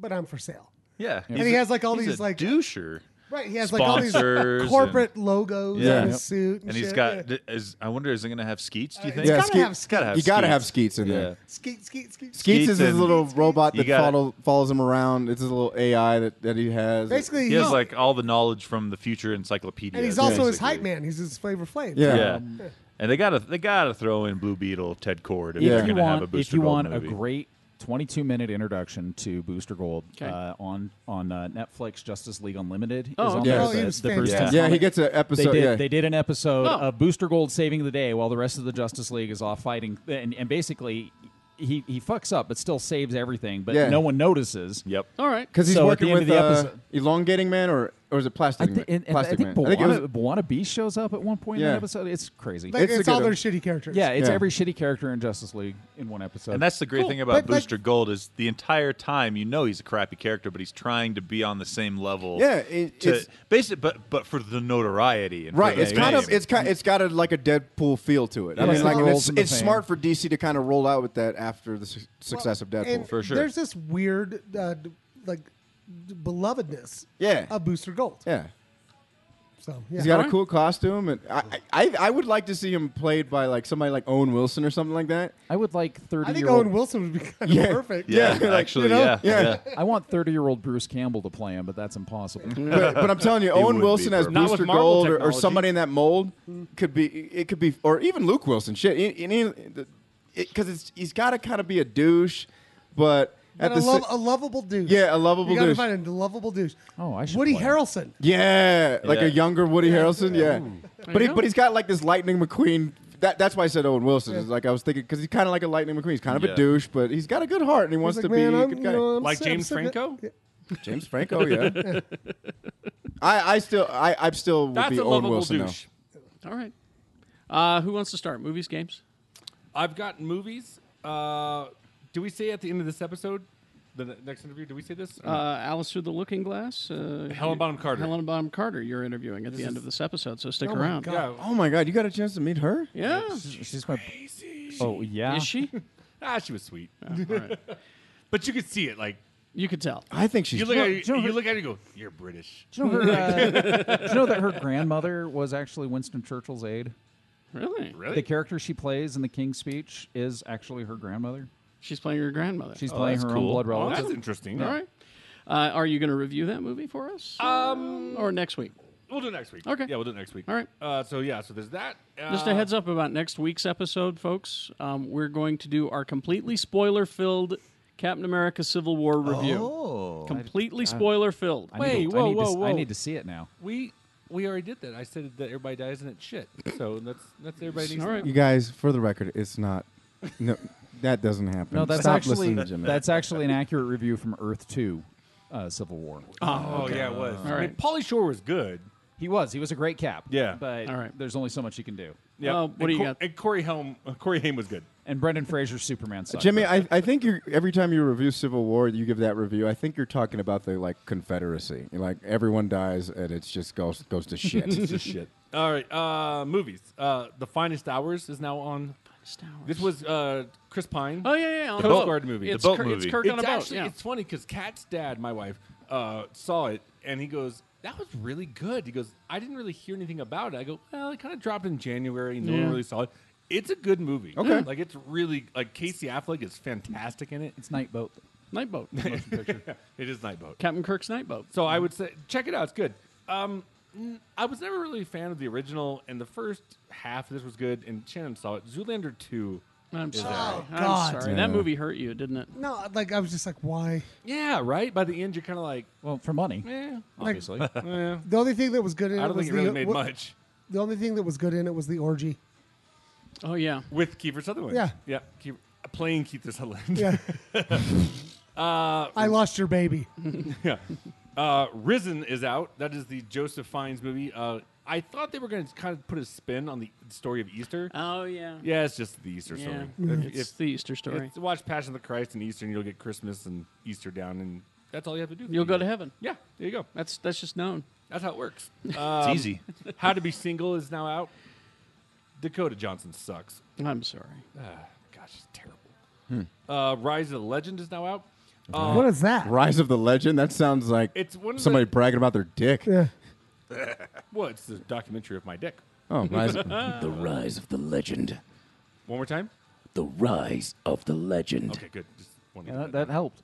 but I'm for sale." yeah, And he's he a- has, like, all he's these, a like- doucher. Right, he has, like, all these Sponsors and- corporate logos on his suit and and, he's shit, Uh, got. d- Is, I wonder, is it going to have skeets? Do you think? gotta Yeah, have Skeet- Gotta have you gotta have Skeets. Skeets in there. Yeah. Skeet, skeet, skeet. Skeets is his and- little robot You that got it. follow, follows him around. It's his little AI that, that he has. Basically, He has like all the knowledge from the future encyclopedias. And he's also his basically. hype man. He's his flavor flame. Yeah. Um, Um, Yeah. Yeah. And they gotta they gotta throw in Blue Beetle, Ted Cord, if If they're you gonna want, have a Booster if you Gold want movie. a great 22 minute introduction to Booster Gold Okay. uh, on on uh, Netflix, Justice League Unlimited Oh, is on okay. there. Oh, the- he was the Bruce fantastic. Timm Yeah, he comic. gets a They episode- did, yeah. they did an episode Oh. of Booster Gold saving the day while the rest of the Justice League is off fighting, and, and basically. He, he fucks up, but still saves everything. But Yeah. no one notices. Yep. All right. Because he's so working at the end with of the uh, episode, elongating man, or or is it plastic? I, thi- man? and- and I plastic think man. I Bwana, it was- Bwana Beast shows up at one point in Yeah. that episode. It's crazy. Like, It's a it's all good their one. shitty characters. Yeah, it's Yeah. every shitty character in Justice League in one episode. And that's the great thing about Booster Gold is the entire time you know he's a crappy character, but he's trying to be on the same level. Yeah, it- to, it's- basically, but but for the notoriety. And for Right, the it's kind of fame. it's kind it's got a, like a Deadpool feel to it. I Yeah. mean, like Like it's, rolls in the it's fame. smart for DC to kind of roll out with that after the su- success of Deadpool And There's this weird, uh, d- like, d- belovedness Yeah. of Booster Gold. yeah. So, yeah. He's got Alright. a cool costume, and I, I I would like to see him played by like somebody like Owen Wilson or something like that. I would like thirty. I think Owen Wilson would be kind of Yeah. perfect. <laughs> Yeah, <laughs> like, you know? Yeah. I want 30 year old Bruce Campbell to play him, but that's impossible. <laughs> but, but I'm telling you, Owen Wilson as Booster Gold or, or somebody in that mold could be. It could be, or even Luke Wilson. Shit, because it's he's got to kind of be a douche, but But at a, the lov- sa- a lovable douche. Yeah, a lovable you gotta douche. find a lovable douche. Oh, I should. Woody Harrelson. yeah, like Yeah. a younger Woody Harrelson. Yeah, There but you he, go. but he's got like this Lightning McQueen. That, that's why I said Owen Wilson. Is like I was thinking because he's kind of like a Lightning McQueen. He's kind of Yeah. a douche, but he's got a good heart and he wants like, to "Man, be a I'm- good you guy. know, I'm Like sick- James sick of-" Franco? James <laughs> Franco, yeah. I, I still I, I still would That's be a Owen lovable Wilson though. douche. All right. Uh, who wants to start? Movies, games? I've got movies. Uh, do we say at the end of this episode, the ne- next interview? Do we say this? Uh, Alice Through the Looking Glass. Uh, Helen Bonham Carter. Helen Bonham Carter, you're interviewing at the end of this episode, so stick around. Oh my god, you got a chance to meet her? Yeah. She's, my. Oh, yeah. Is she? ah, she was sweet. all right. <laughs> but you could see it, like You could tell. I think she's. <laughs> you look at Do you know her, you her- look at her, and go, "You're British." Do you, know her, <laughs> uh, do you know that her grandmother was actually Winston Churchill's aide? Really? Really? The character she plays in The King's Speech is actually her grandmother. She's playing her grandmother. She's Oh, playing that's her cool. own blood Oh, relative. that's interesting. All right. Uh, are you going to review that movie for us? Um, or next week? We'll do it next week. Okay. Yeah, we'll do it next week. All right. Uh, so yeah, so there's that. Uh, Just a heads up about next week's episode, folks. Um, we're going to do our completely spoiler filled Captain America Civil War review. Oh. completely I- spoiler filled. I need to- I need to s- I need to see it now. We we already did that. I said that everybody dies and it's shit. So that's that's everybody. needs to know. You guys, for the record, it's not. No, that doesn't happen. No, that's Stop actually listening to Jimmy. that's actually an accurate review from Earth Two, uh, Civil War. Ah. Oh, oh, yeah, it was. All All right. right. Polly Shore was good. He was. He was a great cap. Yeah. But there's only so much you can do. Yeah. Uh, and Cor- And Corey Helm, uh, Corey Haim was good. And Brendan Fraser's Superman sucked. Jimmy, I, I think you every time you review Civil War, you give that review. I think you're talking about the like Confederacy. You're like everyone dies and it just goes goes to shit. <laughs> It's just shit. All right, uh, movies. Uh, the Finest Hours is now on. Finest Hours. This was uh, Chris Pine. Oh, yeah, yeah, yeah, on Coast the boat. Guard movie. It's The boat Kirk- it's movie. Kirk on a boat, actually- yeah. It's funny because Kat's dad, my wife, uh, saw it and he goes, "That was really good." He goes, "I didn't really hear anything about it." I go, "Well, it kind of dropped in January. No Yeah. one really saw it." It's a good movie. Okay. like it's really like Casey Affleck is fantastic in it. It's Night Boat. Night <laughs> Boat. it is Night Boat. Captain Kirk's Night Boat. So I would say check it out. It's good. Um, n- I was never really a fan of the original, and the first half of this was good. And Shannon saw it. Zoolander two. I'm is sorry. out. I'm Oh, sorry. That movie hurt you, didn't it? No, like, I was just like, why? Yeah, right. By the end, you're kind of like, well, for money, yeah, obviously. <laughs> yeah. The only thing that was good in I it don't was think it the, really made wa- much. The only thing that was good in it was the orgy. Oh yeah, with Kiefer Sutherland. Yeah. yeah, Kiefer, playing Kiefer Sutherland. Yeah. <laughs> uh, I lost your <laughs> baby. yeah. Uh, Risen is out. That is the Joseph Fiennes movie. Uh, I thought they were going to kind of put a spin on the story of Easter. Oh yeah. Yeah, it's just the Easter Yeah. story. Mm-hmm. Mhm. It's the Easter story. if- watch Passion of the Christ and Easter, and you'll get Christmas and Easter down, and that's all you have to do. You'll go to heaven. Yeah, there you go. That's that's just known. That's how it works. Um, It's easy. How to Be Single is now out. Dakota Johnson sucks. I'm sorry. Ah, gosh, it's terrible. Uh, Rise of the Legend is now out. Uh, what is that? Rise of the Legend. That sounds like It's one of the- somebody bragging about their dick. Yeah. well, it's the documentary of my dick. Oh, Rise <laughs> of- the rise of the legend. One more time. The rise of the legend. Okay, good. Just one Yeah, that, that helped.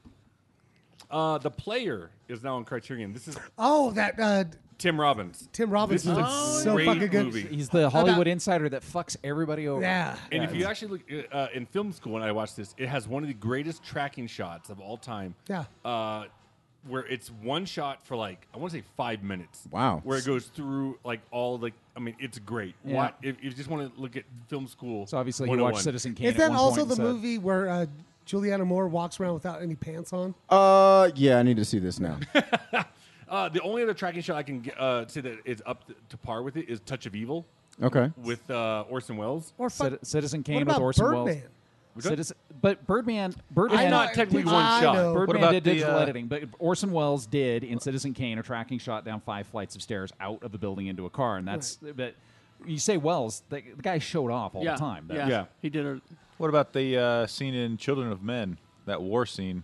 Uh, the player is now on Criterion. This is Oh, that uh, Tim Robbins. Tim Robbins This is is a so great fucking good. movie. He's the Hollywood insider that fucks everybody over. And if you actually look uh, in film school, when I watched this, it has one of the greatest tracking shots of all time. Yeah. Uh, where it's one shot for like I want to say five minutes. Wow. Where it goes through like all the. I mean, it's great. Yeah. What if, if you just want to look at film school? oh So obviously he watched Citizen Is that also the movie where uh, Juliana Moore walks around without any pants on? Uh, yeah, I need to see <laughs> this now. Uh, the only other tracking shot I can get, uh, say that is up th- to par with it is Touch of Evil. Okay. With uh, Orson Welles. Or Citi- Citizen Kane What with about Orson Birdman? Welles. Which one? Citizen- but Birdman, Birdman, It's not technically one I shot. know. What Birdman about did the, digital uh, editing, but Orson Welles did in Citizen Kane a tracking shot down five flights of stairs out of the building into a car, and that's. But you say Wells, the, the guy showed off all Yeah, the time. yeah. Yeah. He did it. What about the uh, scene in Children of Men? That war scene.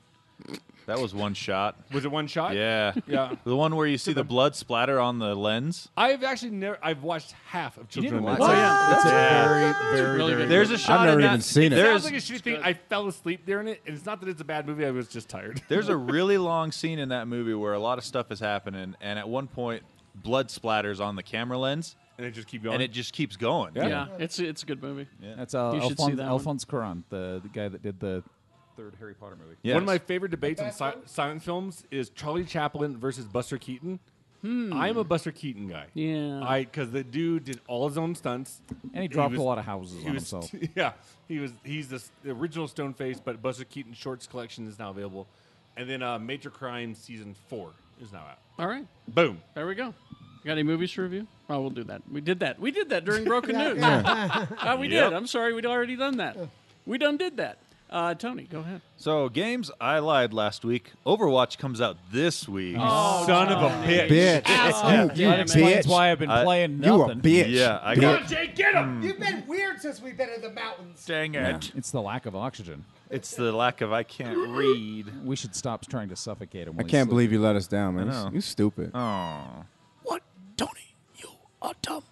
That was one shot. Was it one shot? Yeah. Yeah. <laughs> The one where you see the blood splatter on the lens. I've actually never. I've watched half of Children. didn't of watch Men. it? Oh, yeah. That's a very, It's very, really very good. good There's a movie. shot I've never in that- even seen it. It There's- sounds like a shitty thing. I fell asleep during it, and it's not that it's a bad movie. I was just tired. <laughs> <laughs> There's <laughs> a really long scene in that movie where a lot of stuff is happening, and at one point, blood splatters on the camera lens. And it just keeps And it just keeps going. Yeah. it's it's a good movie. That's uh, you should Alphonse, see that one. Alphonse Cuarón, the, the guy that did the third Harry Potter movie. One of my favorite debates on si- silent films is Charlie Chaplin versus Buster Keaton. Hmm. I'm a Buster Keaton guy. Yeah. I because the dude did all his own stunts, And he dropped a lot of houses he on was- himself. <laughs> Yeah, he was. He's the, s- the original Stone Face, but Buster Keaton shorts collection is now available, and then uh, Major Crime season four is now out. All right. Boom. There we go. Got any movies to review? Oh, we'll do that. We did that. We did that during Broken News. <laughs> Uh, we Yep. did. I'm sorry. We'd already done that. We done did that. Uh, Tony, go ahead. So, games, I lied last week. Overwatch comes out this week. Oh, Son of a Johnny. bitch. Bitch. Asshole. You That explains bitch. why I've been I- playing you a nothing. bitch. Yeah, I Bitch. got Jay, get Hmm. him! You've been weird since we've been in the mountains. Dang Yeah. It's the lack of oxygen. It's the lack of I can't read. We should stop trying to suffocate him. I can't believe you let us down, man. I know. You stupid. Oh. Oh, Tom.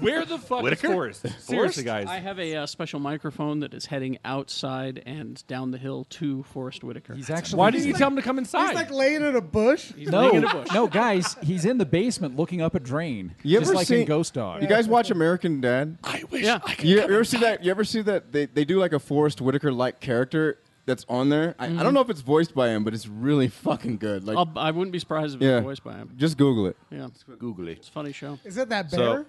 Where the fuck Whitaker? is Forrest? Seriously, guys. I have a uh, special microphone that is heading outside and down the hill to Forrest Whitaker. He's actually- Why didn't you tell him to come He's like laying in a bush. No, no, guys, he's in the basement looking up a drain, You just ever like see in Ghost Dog. You guys watch American Dad? I wish yeah. I could. You, you ever see that? You ever see that? They, they do like a Forrest Whitaker like character that's on there. I, I don't know if it's voiced by him, but it's really fucking good. Like, Mm-hmm. I'll, I would not be surprised if yeah, it's voiced by him. Just Google it. Yeah, Google it. It's a funny show. Is it that So- bear?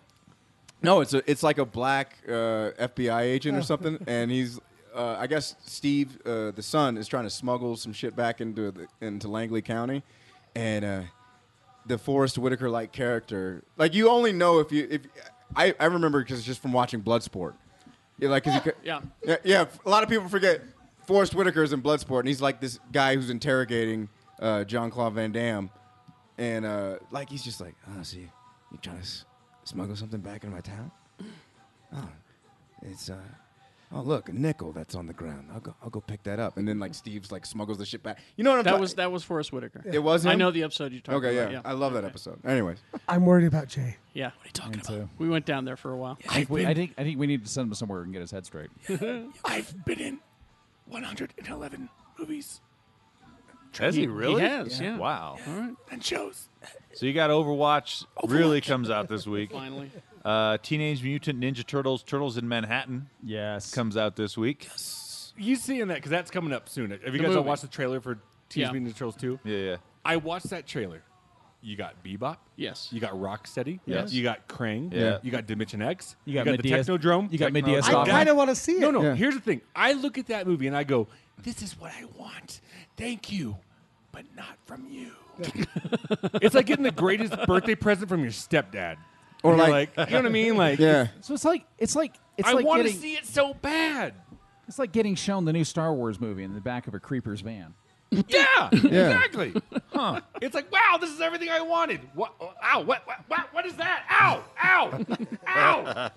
No, it's a, it's like a black uh, FBI agent Oh. <laughs> or something, and he's uh, I guess Steve, uh, the son, is trying to smuggle some shit back into the, into Langley County, and uh, the Forrest Whitaker like character, like you only know if you if I, I remember because just from watching Bloodsport, yeah, like 'cause you, yeah. yeah, yeah, a lot of people forget Forrest Whitaker is in Bloodsport, and he's like this guy who's interrogating uh, John Claude Van Damme, and uh, like he's just like, oh, see, you trying to s- smuggle something back into <laughs> my town? Oh, it's uh, oh look, a nickel that's on the ground. I'll go, I'll go pick that up, and then like Steve's like smuggles the shit back. You know what I'm that talking? was that was Forrest Whitaker. It was I him? know the episode you talked Okay, about. yeah. I love that episode. Anyways, I'm worried about Jay. Yeah. What are you talking about? We went down there for a while. I think, we, <laughs> I think I think we need to send him somewhere and get his head straight. I've been in 111 movies Has he really? has, yeah. Wow. All right. and shows. So you got Overwatch, really comes out this week. Finally. Uh, Teenage Mutant Ninja Turtles, Turtles in Manhattan. Yes. Comes out this week. you seeing that because that's coming up soon. Have you The guys all movie. watched the trailer for Teenage Yeah. Mutant Ninja Turtles two? Yeah, yeah. I watched that trailer. You got Bebop. Yes. You got Rocksteady. Yes. You got Krang. Yeah. You got Dimension X. You got the Medea's- Technodrome. you got Techno- Medea's I Stop. kinda wanna see it. No, no. Yeah. Here's the thing. I look at that movie and I go, This is what I want. Thank you, but not from you. <laughs> <laughs> it's like getting the greatest birthday present from your stepdad. Or And you're like- you know what I <laughs> mean? <laughs> Like, Yeah. So it's like it's like it's I like want to getting- see it so bad. It's like getting shown the new Star Wars movie in the back of a creeper's van. Yeah, <laughs> Yeah. exactly. Huh. It's like, wow, this is everything I wanted. What? oh, Ow! What? What? What, what is that? Ow! Ow! Oh, ow!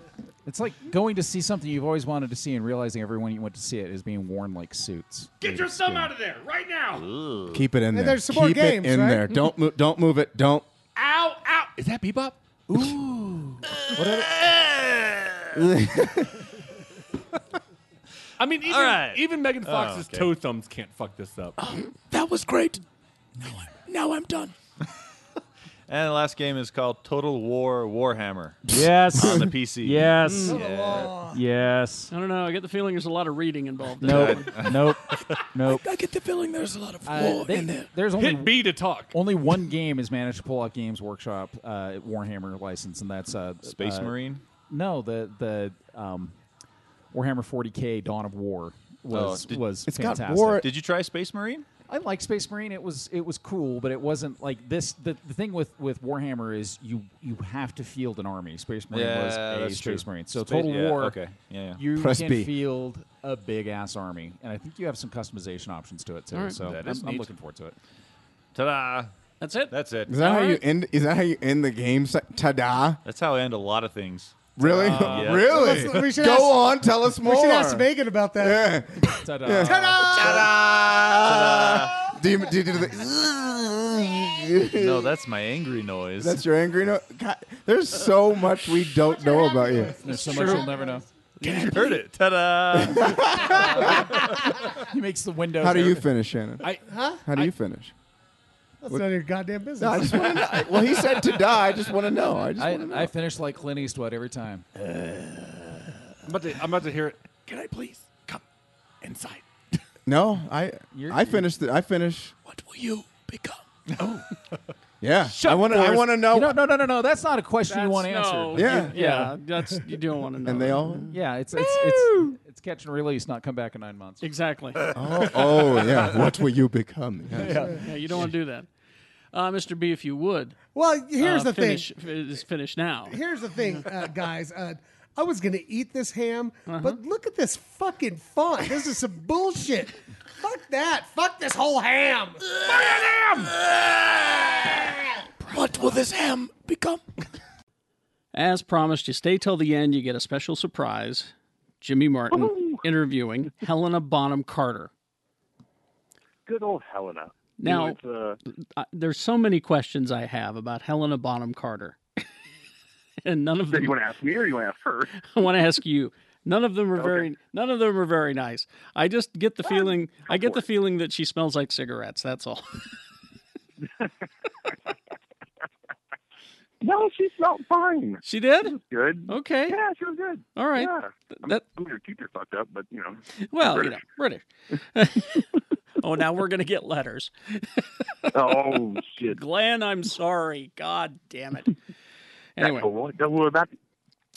It's like going to see something you've always wanted to see and realizing everyone you went to see it is being worn like suits. Get your thumb out of there right now. keep it in And there. there's some more keep games, it in right? there. Don't move. Don't move it. Don't. <laughs> Ow! Ow! Is that Bebop? <laughs> <laughs> Ooh. What <laughs> I mean, even, All right. even Megan Oh, Fox's okay. toe thumbs can't fuck this up. That was great. Now I'm, now I'm done. <coughs> And the last game is called Total War Warhammer. Yes. on the <laughs> <laughs> PC. Yes. Yeah. Yes. Mm. I don't know. I get the feeling there's a lot of reading involved. in Nope. that one. <laughs> nope. Nope. I get the feeling there's a lot of Uh, war they- in there. There's only Hit B to talk. Only one game has managed to pull out Games Workshop uh, Warhammer license, and that's uh, Space uh, Marine? No, the the um, Warhammer 40k Dawn of War was Oh, did- was it's got fantastic. war- Did you try Space Marine? I like Space Marine. It was it was cool, but it wasn't like this. The, the thing with, with Warhammer is you you have to field an army. Space Marine was Yeah, a that's true. Space Marine. So Space- Total yeah, War, okay. Yeah, yeah. you Press can B. field a big ass army, and I think you have some customization options to it too. All right. So That I'm, is I'm neat. looking forward to it. Ta-da! That's it. That's it. Is that how you end? Is that how you end the game? Se- Ta-da! That's how I end a lot of things. Really? Ta-da. <laughs> Yeah. really? Let's- we Go should ask- on. Tell us more. We should ask Megan about that. Yeah. Ta-da. Yeah. Ta-da! Do you, do you do the? no, that's my angry noise. That's your angry note. God, there's so much we don't know about you. There's so much you'll never know. You heard it. Ta-da! <laughs> he makes the windows. How do you every- finish, Shannon? I, huh? How do you finish? That's What- none of your goddamn business. No, I just want to. Well, he said to die. I just want to know. I just I, want to know. I finish like Clint Eastwood every time. Uh, I'm about to, I'm about to hear it. Can I please come inside? no, I You're- I finished it. I finished. What will you <laughs> become? Oh, yeah. I want to. I Boris. want to know. You know- No, no, no, no. That's not a question you That's- want answered. no, Yeah. you- yeah. That's you don't want to know. And they all. Yeah, it's it's, it's it's catch and release, not come back in nine months. Exactly. <laughs> Oh, oh yeah. What will you become? Yes. yeah, you don't want to do that, uh, Mr. B. If you would. Well, here's the uh, thing. finish, thing. Is finish now. Here's the thing, <laughs> uh, guys. Uh, I was gonna eat this ham, Uh-huh. but look at this fucking font. This is some bullshit. Fuck that. Fuck this whole ham. What will this ham become? As promised, you stay till the end. You get a special surprise. Jimmy Martin interviewing Helena Bonham Carter. Good old Helena. Now- It was, uh, I, there's so many questions I have about Helena Bonham Carter, <laughs> and none of do them. you want to ask me or you want to ask her? <laughs> <laughs> I want to ask you. None of them are Okay. very. None of them are very nice. I just get the feeling. I get the feeling that she smells like cigarettes. That's all. <laughs> No, she smelled fine. She did. Good. Okay. Yeah, she was good. All right. Yeah. I'm, that- I'm your teacher fucked up, but you know. Well, you British. know, British. <laughs> oh, now we're gonna get letters. oh <laughs> shit. Glenn, I'm sorry. God damn it. Anyway. Don't worry- don't worry about it.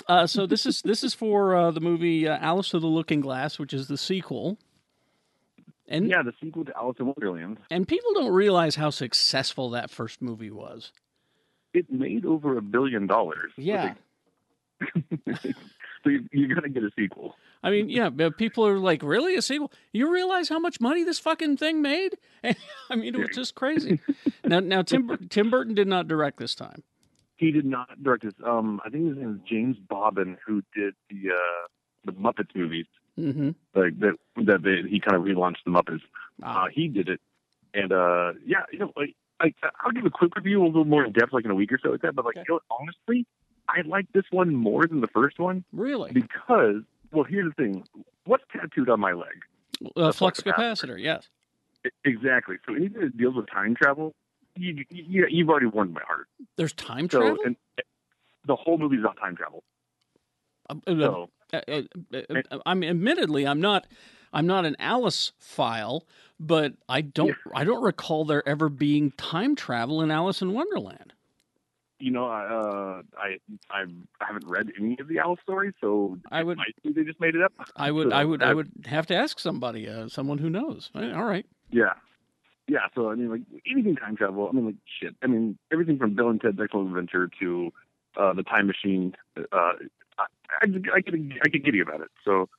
Uh, so this is this is for uh, the movie uh, Alice of the Looking Glass, which is the sequel. And yeah, the sequel to Alice in Wonderland. And people don't realize how successful that first movie was. It made over a billion dollars. Yeah. So you, you're gonna get a sequel. I mean, yeah, but people are like, really? A sequel? You realize how much money this fucking thing made? <laughs> I mean, it was just crazy. now, now Tim, Bur- Tim Burton did not direct this time. He did not direct this. Um, I think his name is James Bobbin, who did the uh, the Muppets movies, Mm-hmm. like that that they, he kind of relaunched the Muppets. Ah. Uh, he did it, and uh, yeah, you know, like, like I'll give a quick review, a little more in depth, like in a week or so, like that. But like, you know, what, honestly, I like this one more than the first one Really? because, well, here's the thing: what's tattooed on my leg? Uh, The flux flux capacitor, yes. I- Exactly. So anything that deals with time travel, you, you, you've already won my heart. There's time so, travel? And the whole movie's about time travel. Um, So- uh, uh, uh, uh, I'm admittedly I'm not I'm not an Alice file, but I don't I don't recall there ever being time travel in Alice in Wonderland. You know, I, uh, I I'm, I haven't read any of the Alice stories, so I would they just made it up. I would So I would I that- would have to ask somebody uh, someone who knows. Uh, All right. Yeah, yeah. So I mean, like anything time travel. I mean, like shit. I mean, everything from Bill and Ted's Excellent Adventure to uh, the Time Machine. Uh, I, I, I get I get giddy about it. So,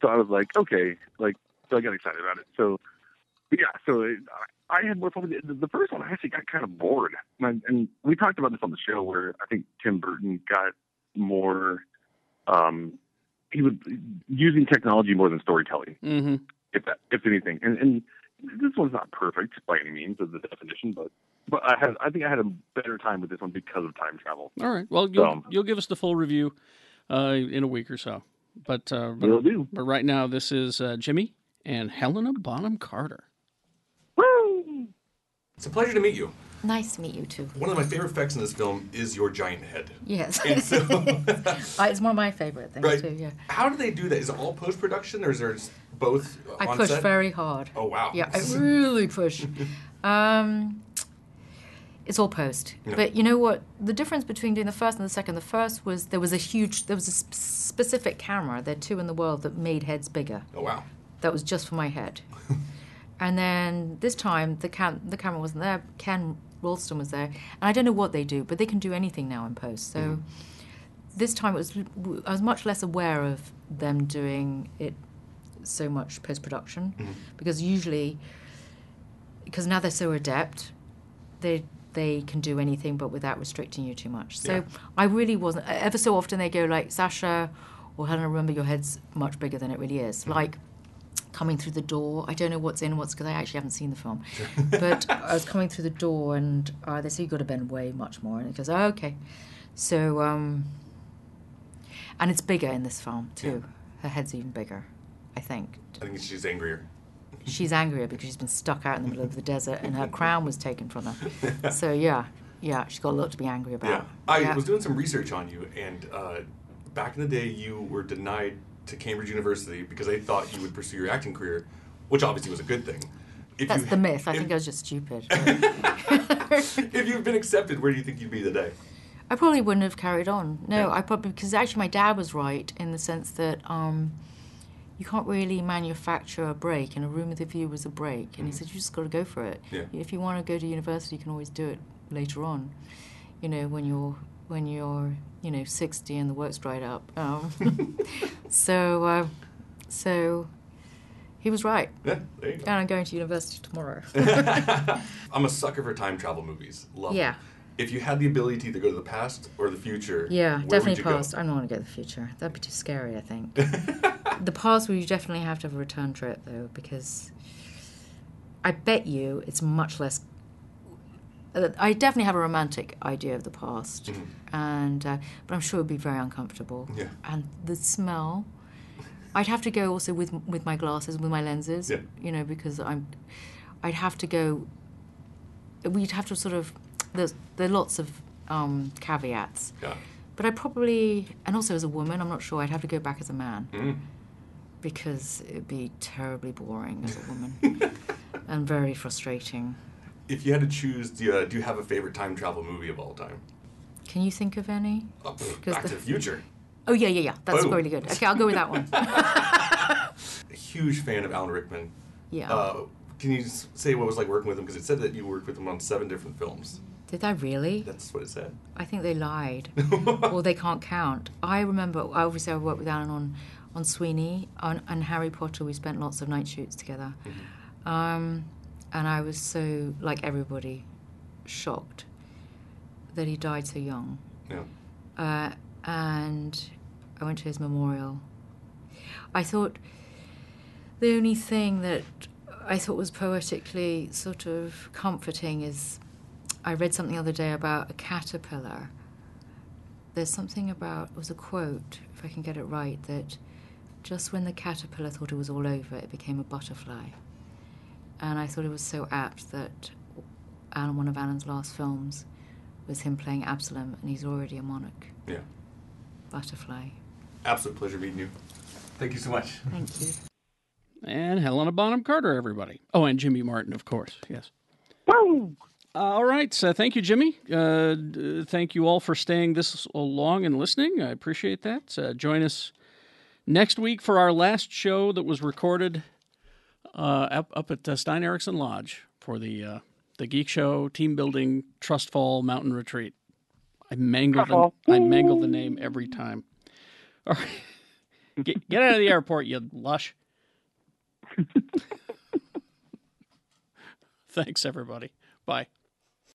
so I was like, okay, like so I got excited about it. So, but yeah. So it, I I had more fun with it. The- The first one, I actually got kind of bored. And, and we talked about this on the show where I think Tim Burton got more. Um, he was using technology more than storytelling Mm-hmm. if that, if anything. And, and this one's not perfect by any means of the definition, but but I had I think I had a better time with this one because of time travel. All right. Well, you'll Um, you'll give us the full review uh, in a week or so. But uh, Will but, do. but right now this is uh, Jimmy and Helena Bonham Carter. It's a pleasure to meet you. Nice to meet you too. One of my favorite effects in this film is your giant head. Yes. And so, <laughs> Uh, it's one of my favorite things Right. too. Yeah. how do they do that? Is it all post production or is there s- both? I on push set? very hard. Oh, wow. Yeah, <laughs> I really push. um, it's all post, Yeah. but you know what? The difference between doing the first and the second, the first was there was a huge, there was a sp- specific camera. There are two in the world that made heads bigger. Oh wow! That was just for my head. and then this time the cam- the camera wasn't there. Ken Ralston was there, and I don't know what they do, but they can do anything now in post. So Mhm. this time it was I was much less aware of them doing it so much post production Mhm. because usually because now they're so adept they they can do anything but without restricting you too much so Yeah. I really wasn't e-, ever so often they go like Sasha or Helen remember your head's much bigger than it really is like coming through the door I don't know what's in what's because I actually haven't seen the film but I was coming through the door and uh, they say you've got to bend way much more and it goes oh, okay so um and it's bigger in this film too. Her head's even bigger, I think. I think she's angrier. She's angrier because she's been stuck out in the middle of the desert and <laughs> her crown was taken from her. So yeah, yeah, she's got a lot to be angry Yeah, about. I was doing some research on you, and uh, back in the day, you were denied to Cambridge University because they thought you would pursue your acting career, which obviously was a good thing. If That's you, the myth. I think I was just stupid. <laughs> if you've been accepted, where do you think you'd be today? <laughs> I probably wouldn't have carried on. No, I probably because actually my dad was right in the sense that um, you can't really manufacture a break, and a room with a view was a break. And he said you just got to go for it. Mm. Yeah. If you want to go to university, you can always do it later on. You know, when you're when you're you know 60 and the work's dried up. Um, <laughs> so uh, so he was right. Yeah, there you And I'm going to university <laughs> tomorrow. I'm a sucker for time travel movies. Love 'em. Yeah. If you had the ability to either go to the past or the future, Yeah, where would definitely you go? past. I don't want to go to the future. That'd be too scary, I <laughs> think. the past, well, you definitely have to have a return trip, though, because I bet you it's much less. uh, I definitely have a romantic idea of the past, and uh, but I'm sure it'd be very uncomfortable. Mm-hmm. Yeah. And the smell. I'd have to go also with with my glasses, with my lenses. Yeah. You know, because I'm, I'd have to go. We'd have to sort of. There's there are lots of um, caveats. Yeah. But I probably, and also as a woman, I'm not sure. I'd have to go back as a man Mm. because it'd be terribly boring as a woman <laughs> and very frustrating. If you had to choose, do you, uh, do you have a favorite time travel movie of all time? Can you think of any? Oh, pff, 'Cause Back the- to the Future. Oh yeah, yeah, yeah. That's Boom. really good. Okay, I'll go with that one. A huge fan of Alan Rickman. Yeah. Uh, can you s- say what it was like working with him? Because it said that you worked with him on seven different films. Did I really? That's what it said. I think they lied, or they can't count. I remember. I Obviously, I worked with Alan on on Sweeney on, and Harry Potter. We spent lots of night shoots together, um, and I was so like everybody, shocked that he died so young. Yeah. Uh, and I went to his memorial. I thought the only thing that I thought was poetically sort of comforting is I read something the other day about a caterpillar. There's something about, it was a quote, if I can get it right, that just when the caterpillar thought it was all over, it became a butterfly. And I thought it was so apt that Alan, one of Alan's last films was him playing Absalom, and he's already a monarch. Yeah. Butterfly. Absolute pleasure meeting you. Thank you so much. Thank you. And Helena Bonham Carter, everybody. Oh, and Jimmy Martin, of course. Yes. All right. So thank you, Jimmy. Uh, d- thank you all for staying this long and listening. I appreciate that. Uh, join us next week for our last show that was recorded uh, up, up at uh, Stein Erickson Lodge for the uh, the Geek Show Team Building Trust Fall Mountain Retreat. I mangle the, Trustfall. I mangle the name every time. All right. <laughs> Get, get out of the airport, you lush. Thanks, everybody. Bye.